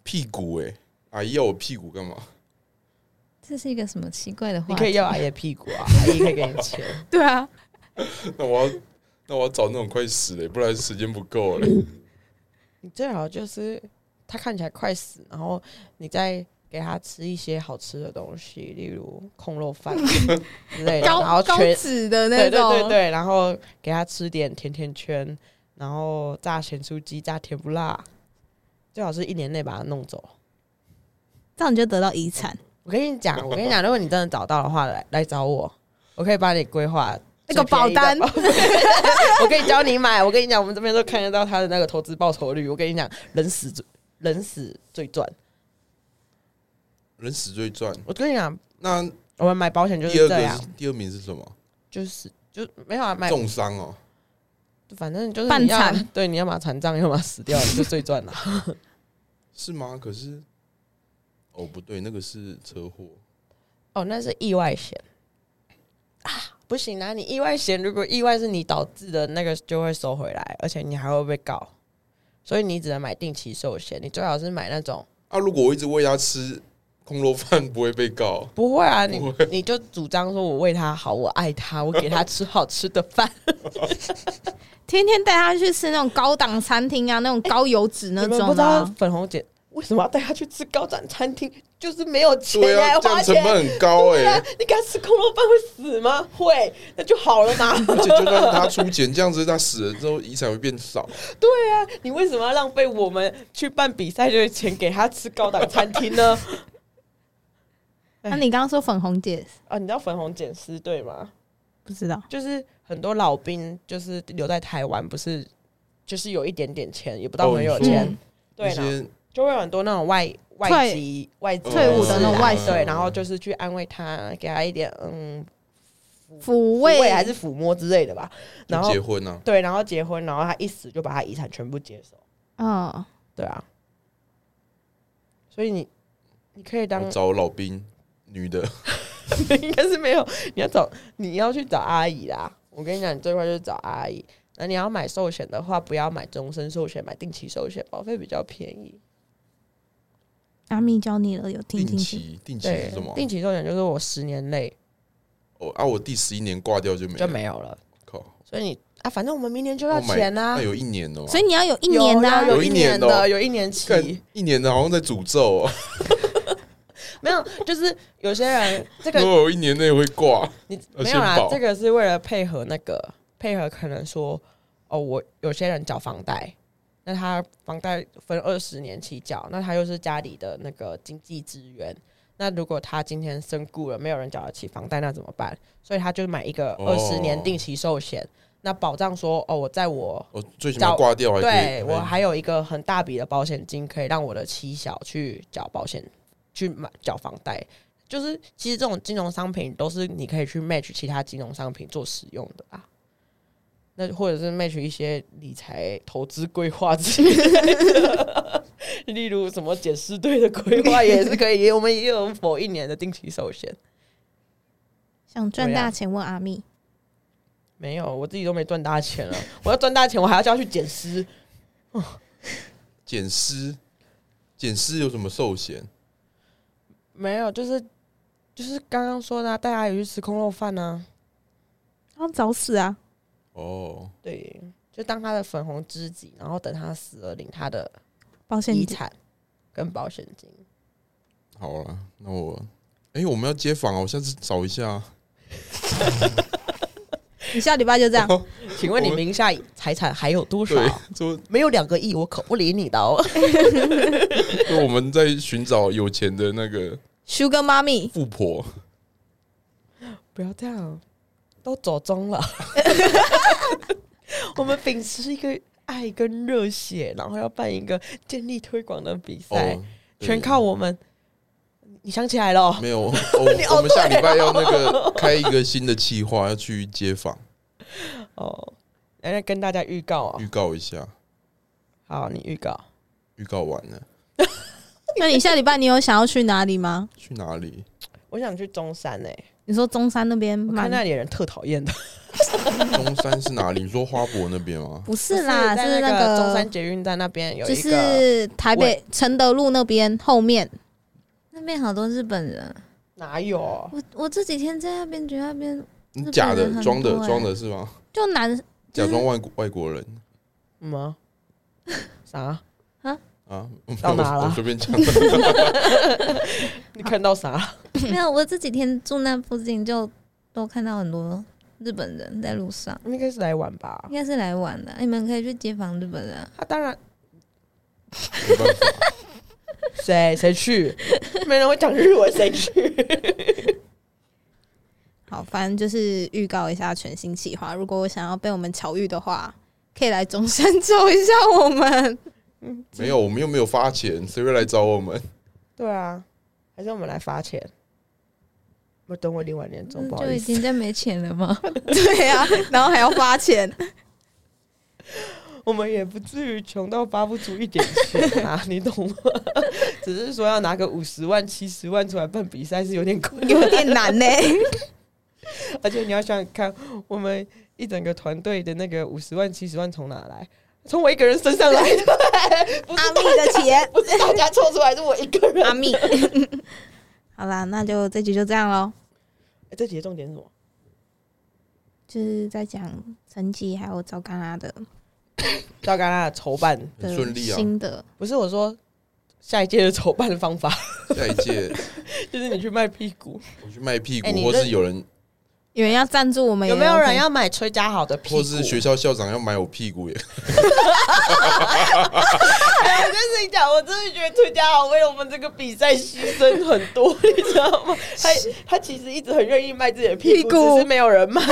Speaker 2: 屁股哎、阿姨要我屁股干嘛？
Speaker 3: 这是一个什么奇怪的话题？
Speaker 4: 你可以要阿姨的屁股啊，阿姨可以给你钱。
Speaker 1: 对啊，
Speaker 2: 那我要那我要找那种快死了，不然时间不够了。
Speaker 4: 你最好就是他看起来快死，然后你再给他吃一些好吃的东西，例如空 肉饭之类的，然后
Speaker 1: 高高
Speaker 4: 全
Speaker 1: 脂的那
Speaker 4: 对对
Speaker 1: 种，
Speaker 4: 对对，然后给他吃点甜甜圈，然后炸咸酥鸡、炸甜不辣，最好是一年内把它弄走。
Speaker 1: 这样你就得到遗产。
Speaker 4: 我跟你 讲，我跟你讲，如果你真的找到的话，来来找我，我可以帮你规划
Speaker 1: 那个保单
Speaker 4: 最 便宜的我可以教你买。我跟你讲，我们这边都看得到他的那个投资报酬率。我跟你讲，人死人死最赚。
Speaker 2: 人死最赚。
Speaker 4: 我跟你讲，
Speaker 2: 那
Speaker 4: 我们买保险就
Speaker 2: 第二
Speaker 4: 是这
Speaker 2: 个
Speaker 4: 样
Speaker 2: 是，第二名是什么？
Speaker 4: 就是就没有啊，买
Speaker 2: 重伤哦，
Speaker 4: 反正就是
Speaker 1: 半
Speaker 4: 你要
Speaker 1: 残
Speaker 4: 对，你要么残障，要么死掉，你就最赚了。
Speaker 2: 是吗？可是，哦，不对，那个是车祸。
Speaker 4: 哦，那是意外险啊，不行啊！你意外险如果意外是你导致的那个就会收回来，而且你还会被告，所以你只能买定期寿险。你最好是买那种
Speaker 2: 啊，如果我一直喂它吃空肉饭，不会被 告。
Speaker 4: 不会啊，你
Speaker 2: 不
Speaker 4: 你就主张说我为他好，我爱他，我给他吃好吃的饭。
Speaker 1: 天天带他去吃那种高档餐厅啊，那种高油脂那
Speaker 4: 哎你们
Speaker 1: 种
Speaker 4: 不知道
Speaker 1: 啊。
Speaker 4: 粉红姐为什么要带他去吃高档餐厅？就是没有钱
Speaker 2: 对
Speaker 4: 来
Speaker 2: 啊，这
Speaker 4: 花
Speaker 2: 样成
Speaker 4: 钱。
Speaker 2: 本很高
Speaker 4: 对
Speaker 2: 哎、
Speaker 4: 啊，你给他吃空肉饭会死吗？会，那就好了 嘛。
Speaker 2: 而且就算他出钱，这样子他死了之后遗产会变少。
Speaker 4: 对啊，你为什么要浪费我们去办比赛的钱给他吃高档餐 厅呢？
Speaker 1: 那、
Speaker 4: 哎
Speaker 1: 你刚刚说粉红姐
Speaker 4: 啊，你知道粉红捡尸队吗？
Speaker 1: 不知道？
Speaker 4: 就是很多老兵就是留在台湾，不是就是有一点点钱，也不到
Speaker 2: 哦
Speaker 4: 很有
Speaker 2: 你说
Speaker 4: 钱，
Speaker 1: 嗯
Speaker 2: 那
Speaker 4: 对啦，
Speaker 2: 些
Speaker 4: 就会有很多那种外外
Speaker 1: 退
Speaker 4: 籍外籍
Speaker 1: 退伍的那种外
Speaker 4: 籍，
Speaker 1: 籍
Speaker 4: 对，然后就是去安慰他，给他一点嗯
Speaker 1: 抚
Speaker 4: 抚慰
Speaker 1: 慰
Speaker 4: 还是抚摸之类的吧，然
Speaker 2: 就
Speaker 4: 后
Speaker 2: 结婚啊，
Speaker 4: 对，然后结婚，然后他一死就把他遗产全部接手，
Speaker 1: 嗯，
Speaker 4: 对啊，所以你你可以当
Speaker 2: 我找老兵女的，
Speaker 4: 应该是没有。你要找你要去找阿姨啦。我跟你讲，你最快就是找阿姨。那你要买寿险的话，不要买终身寿险，买定期寿险，保费比较便宜。
Speaker 1: 阿密教你了，有听
Speaker 2: 定
Speaker 1: 进去？
Speaker 2: 期定期
Speaker 4: 对
Speaker 2: 是什么，啊？
Speaker 4: 定期寿险就是我十年内
Speaker 2: 哦啊，我第十一年挂掉就没了
Speaker 4: 就没有了，
Speaker 2: 靠，
Speaker 4: 所以你啊，反正我们明年就
Speaker 2: 那
Speaker 4: 要
Speaker 2: 我买
Speaker 4: 钱啦、
Speaker 2: 那有一年哦，
Speaker 1: 所以你要有一
Speaker 4: 有
Speaker 1: 年的、啊
Speaker 4: 要，有
Speaker 2: 有
Speaker 4: 一
Speaker 2: 一年的
Speaker 4: 的，
Speaker 2: 哦
Speaker 4: 有一年期
Speaker 2: 看一年的好像在诅咒哦，
Speaker 4: 没有，就是有些人这
Speaker 2: 如
Speaker 4: 个
Speaker 2: 果我一年内会挂，
Speaker 4: 你
Speaker 2: 要
Speaker 4: 没
Speaker 2: 呃先
Speaker 4: 有啦
Speaker 2: 保，
Speaker 4: 这个是为了配合那个配合，可能说哦，我有些人缴房贷，那他房贷分二十年期缴，那他又是家里的那个经济资源。那如果他今天身故了，没有人缴得起房贷，那怎么办？所以他就买一个
Speaker 2: 哦
Speaker 4: 二十年定期寿险，那保障说哦，我在我
Speaker 2: 我最起码挂掉还可以
Speaker 4: 对我还有一个很大笔的保险金，可以让我的妻小去缴保险，去买缴房贷。就是其实这种金融商品都是你可以去 match 其他金融商品做使用的啊。那或者是 match 一些理财投资规划之类的，例如什么检视队的规划也是可以，我们也有否一年的定期寿险。
Speaker 1: 想赚
Speaker 4: 对啊
Speaker 1: 大钱问阿密。
Speaker 4: 没有，我自己都没赚大钱了。我要赚大钱，我还要叫他去捡尸。
Speaker 2: 减尸，减尸有什么寿险？
Speaker 4: 没有，就是就是刚刚说的、啊，带阿姨去吃空肉饭啊呢、
Speaker 1: 要找死啊！
Speaker 2: 哦，
Speaker 4: 对，就当他的粉红知己，然后等他死了领他的
Speaker 1: 保险
Speaker 4: 遗
Speaker 1: 金
Speaker 4: 产跟保险金。
Speaker 2: 好了，那我，哎、我们要接访哦，我下次找一下。啊
Speaker 1: 你下礼拜就这样。
Speaker 4: 请问你
Speaker 2: 我们
Speaker 4: 名下财产还有多少？
Speaker 2: 对，就
Speaker 4: 没有两个亿，我可不理你的哦。
Speaker 2: 就我们在寻找有钱的那个
Speaker 1: Sugar 妈咪，
Speaker 2: 富婆，
Speaker 4: 不要这样，都走中了。 我们秉持一个爱跟热血，然后要办一个建立推广的比赛，
Speaker 2: 哦，对
Speaker 4: 全靠我们。你想起来了哦？
Speaker 2: 没有，我我们下礼拜要那个开一个新的计划，要去街访
Speaker 4: 哦，来跟大家预告哦
Speaker 2: 预。告一下，
Speaker 4: 好，你预告。
Speaker 2: 预告完了
Speaker 1: 那你下礼拜你有想要去哪里吗？
Speaker 2: 去哪里？
Speaker 4: 我想去中山诶、
Speaker 1: 你说中山那边
Speaker 4: 我
Speaker 1: 蛮
Speaker 4: 看那里的人特讨厌的。
Speaker 2: 中山是哪里？你说花博那边吗？
Speaker 1: 不是 啦，就
Speaker 4: 在
Speaker 1: 是
Speaker 4: 那
Speaker 1: 个
Speaker 4: 中山捷运站那边有
Speaker 1: 就
Speaker 4: 一个
Speaker 1: 是台北承德路那边后面，
Speaker 3: 那边好多日本人。啊
Speaker 4: 哪有？
Speaker 3: 我我这几天在那边觉得那边
Speaker 2: 你假
Speaker 3: 日本人
Speaker 2: 的，
Speaker 3: 很
Speaker 2: 装的
Speaker 3: 多，欸
Speaker 2: 装的是吗？
Speaker 1: 就男
Speaker 2: 假装外国外国人
Speaker 4: 什么？啥？
Speaker 2: 啊？
Speaker 4: 到哪
Speaker 2: 我
Speaker 4: 了
Speaker 2: 我随便讲。
Speaker 4: 你看到啥？
Speaker 3: 没有，我这几天住那附近就都看到很多日本人在路上，
Speaker 4: 应该是来玩吧
Speaker 3: 应。该是来玩的。你们可以去街访日本人啊，
Speaker 4: 他、当然，
Speaker 2: 没办法
Speaker 4: 谁谁去？没人会讲日文，谁去？
Speaker 1: 好，反正就是预告一下全新 企划。如果我想要被我们巧遇的话，可以来中山救一下我们。
Speaker 4: 嗯，
Speaker 2: 没有，我们又没有发钱，谁会来找我们？
Speaker 4: 对啊，还是我们来发钱。我等我领完年哦
Speaker 1: 嗯
Speaker 4: 终，不好
Speaker 3: 就
Speaker 4: 意
Speaker 3: 已
Speaker 4: 思。
Speaker 3: 经在没钱了吗？
Speaker 1: 对呀、然后还要发钱，
Speaker 4: 我们也不至于穷到发不出一点钱啊，你懂吗？ 只是说要拿个五十万、七十万出来办比赛是有点困难，
Speaker 1: 有点难呢、
Speaker 4: 而且你要想想看，我们一整个团队的那个五十万、七十万从哪来？从我一个人身上来的， 不是
Speaker 1: 阿密的钱，
Speaker 4: 不是大家凑出来，是我一个人。
Speaker 1: 阿密。 好啦，那就这集就这样喽，
Speaker 4: 欸这集的重点是什么？
Speaker 1: 就是在讲成绩还有糟干啦的
Speaker 4: 赵刚他的筹办，
Speaker 2: 很
Speaker 1: 的
Speaker 2: 顺利啊，
Speaker 1: 新的
Speaker 4: 不是我说下一届的筹办方法，
Speaker 2: 下一届
Speaker 4: 就是你去卖屁股，
Speaker 2: 我去卖屁股，
Speaker 4: 哎你
Speaker 2: 或
Speaker 4: 这
Speaker 2: 是有人，
Speaker 1: 有人要赞助我们，
Speaker 4: 有没有
Speaker 1: 也
Speaker 4: 人要买崔家豪的屁股？
Speaker 2: 或是 学校校长要买我屁股也，
Speaker 4: 我跟你讲，我真的觉得崔家豪为了我们这个比赛牺牲很多，你知道吗？他他其实一直很愿意卖自己的屁股，
Speaker 1: 屁股
Speaker 4: 只是没有人卖。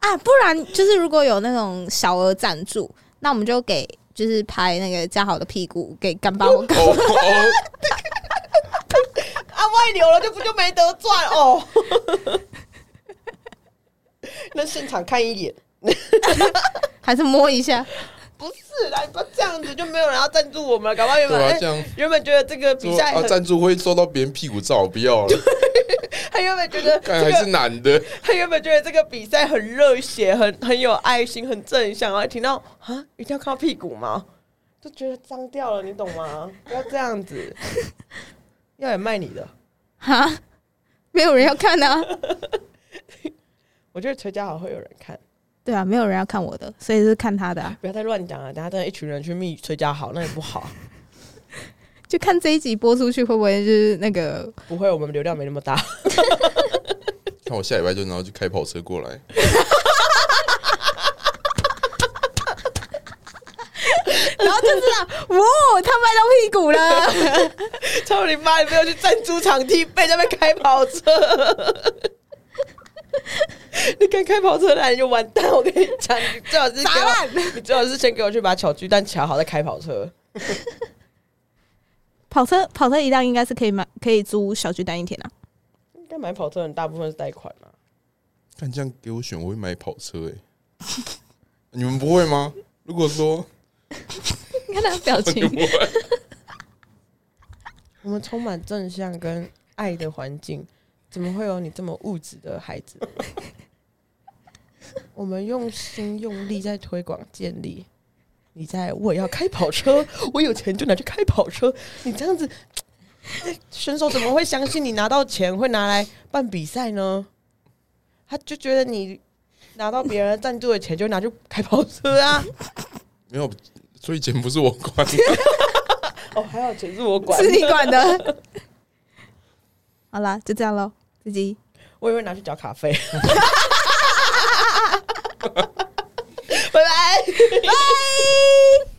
Speaker 1: 啊？不然就是如果有那种小额赞助，那我们就给就是拍那个嘉豪的屁股给干
Speaker 4: 嗯
Speaker 1: 爸我
Speaker 2: 哦哦，
Speaker 4: 啊，外流了就不就没得赚 哦。那现场看一眼，
Speaker 1: 还是摸一下，
Speaker 4: 不是啦，不要这样子，就没有人要赞助我们了。搞不好原
Speaker 2: 对
Speaker 4: 本、
Speaker 2: 啊，
Speaker 4: 哎
Speaker 2: 这样
Speaker 4: 原本觉得这个比
Speaker 2: 说
Speaker 4: 赛
Speaker 2: 啊，
Speaker 4: 很，
Speaker 2: 赞助会收到别人屁股照，不要了，
Speaker 4: 他原本觉得这
Speaker 2: 看还是
Speaker 4: 个，
Speaker 2: 男的，
Speaker 4: 他原本觉得这个比赛很热血，很很有爱心，很正向，然后一听到啊，一定要看到屁股吗？就觉得脏掉了，你懂吗？不要这样 子，要也卖你的。
Speaker 1: 哈，没有人要看啊。
Speaker 4: 我觉得崔家豪会有人看，
Speaker 1: 对啊，没有人要看我的，所以就是看他的、啊，
Speaker 4: 不要再乱讲了。等下等下一群人去密崔家豪，那也不好。
Speaker 1: 就看这一集播出去会不会就是那个
Speaker 4: 不会，我们流量没那么大。
Speaker 2: 看我下礼拜就然后就开跑车过来，
Speaker 1: 然后就知道，哇，他卖到屁股了。
Speaker 4: 操你妈！你没有去赞助场 地费，在那边开跑车，你敢开跑车来你就完蛋！我跟你讲，你最好是 给我，你最好是先给我去把巧巨蛋卡好，再开跑车。
Speaker 1: 跑车跑车一辆应该是可以买，可以租小巨蛋一天啊。
Speaker 4: 应该买跑车的人大部分是贷款嘛？
Speaker 2: 看这样给我选，我会买跑车哎， 你们不会吗？如果说
Speaker 1: 你看他的表情，
Speaker 4: 我们充满正向跟爱的环境，怎么会有你这么物质的孩子？ 我们用心用力在推广建立。你在我也要开跑车， 我有钱就拿去开跑车。你这样子，选手怎么会相信你拿到钱会拿来办比赛呢？他就觉得你拿到别人赞助的钱就拿去开跑车啊！
Speaker 2: 没有，所以钱不是我管，
Speaker 4: 哦，还好钱是我 管，
Speaker 1: 是你管的。好啦，就这样喽，自己
Speaker 4: 我以为拿去缴卡费。 拜拜。
Speaker 1: 拜。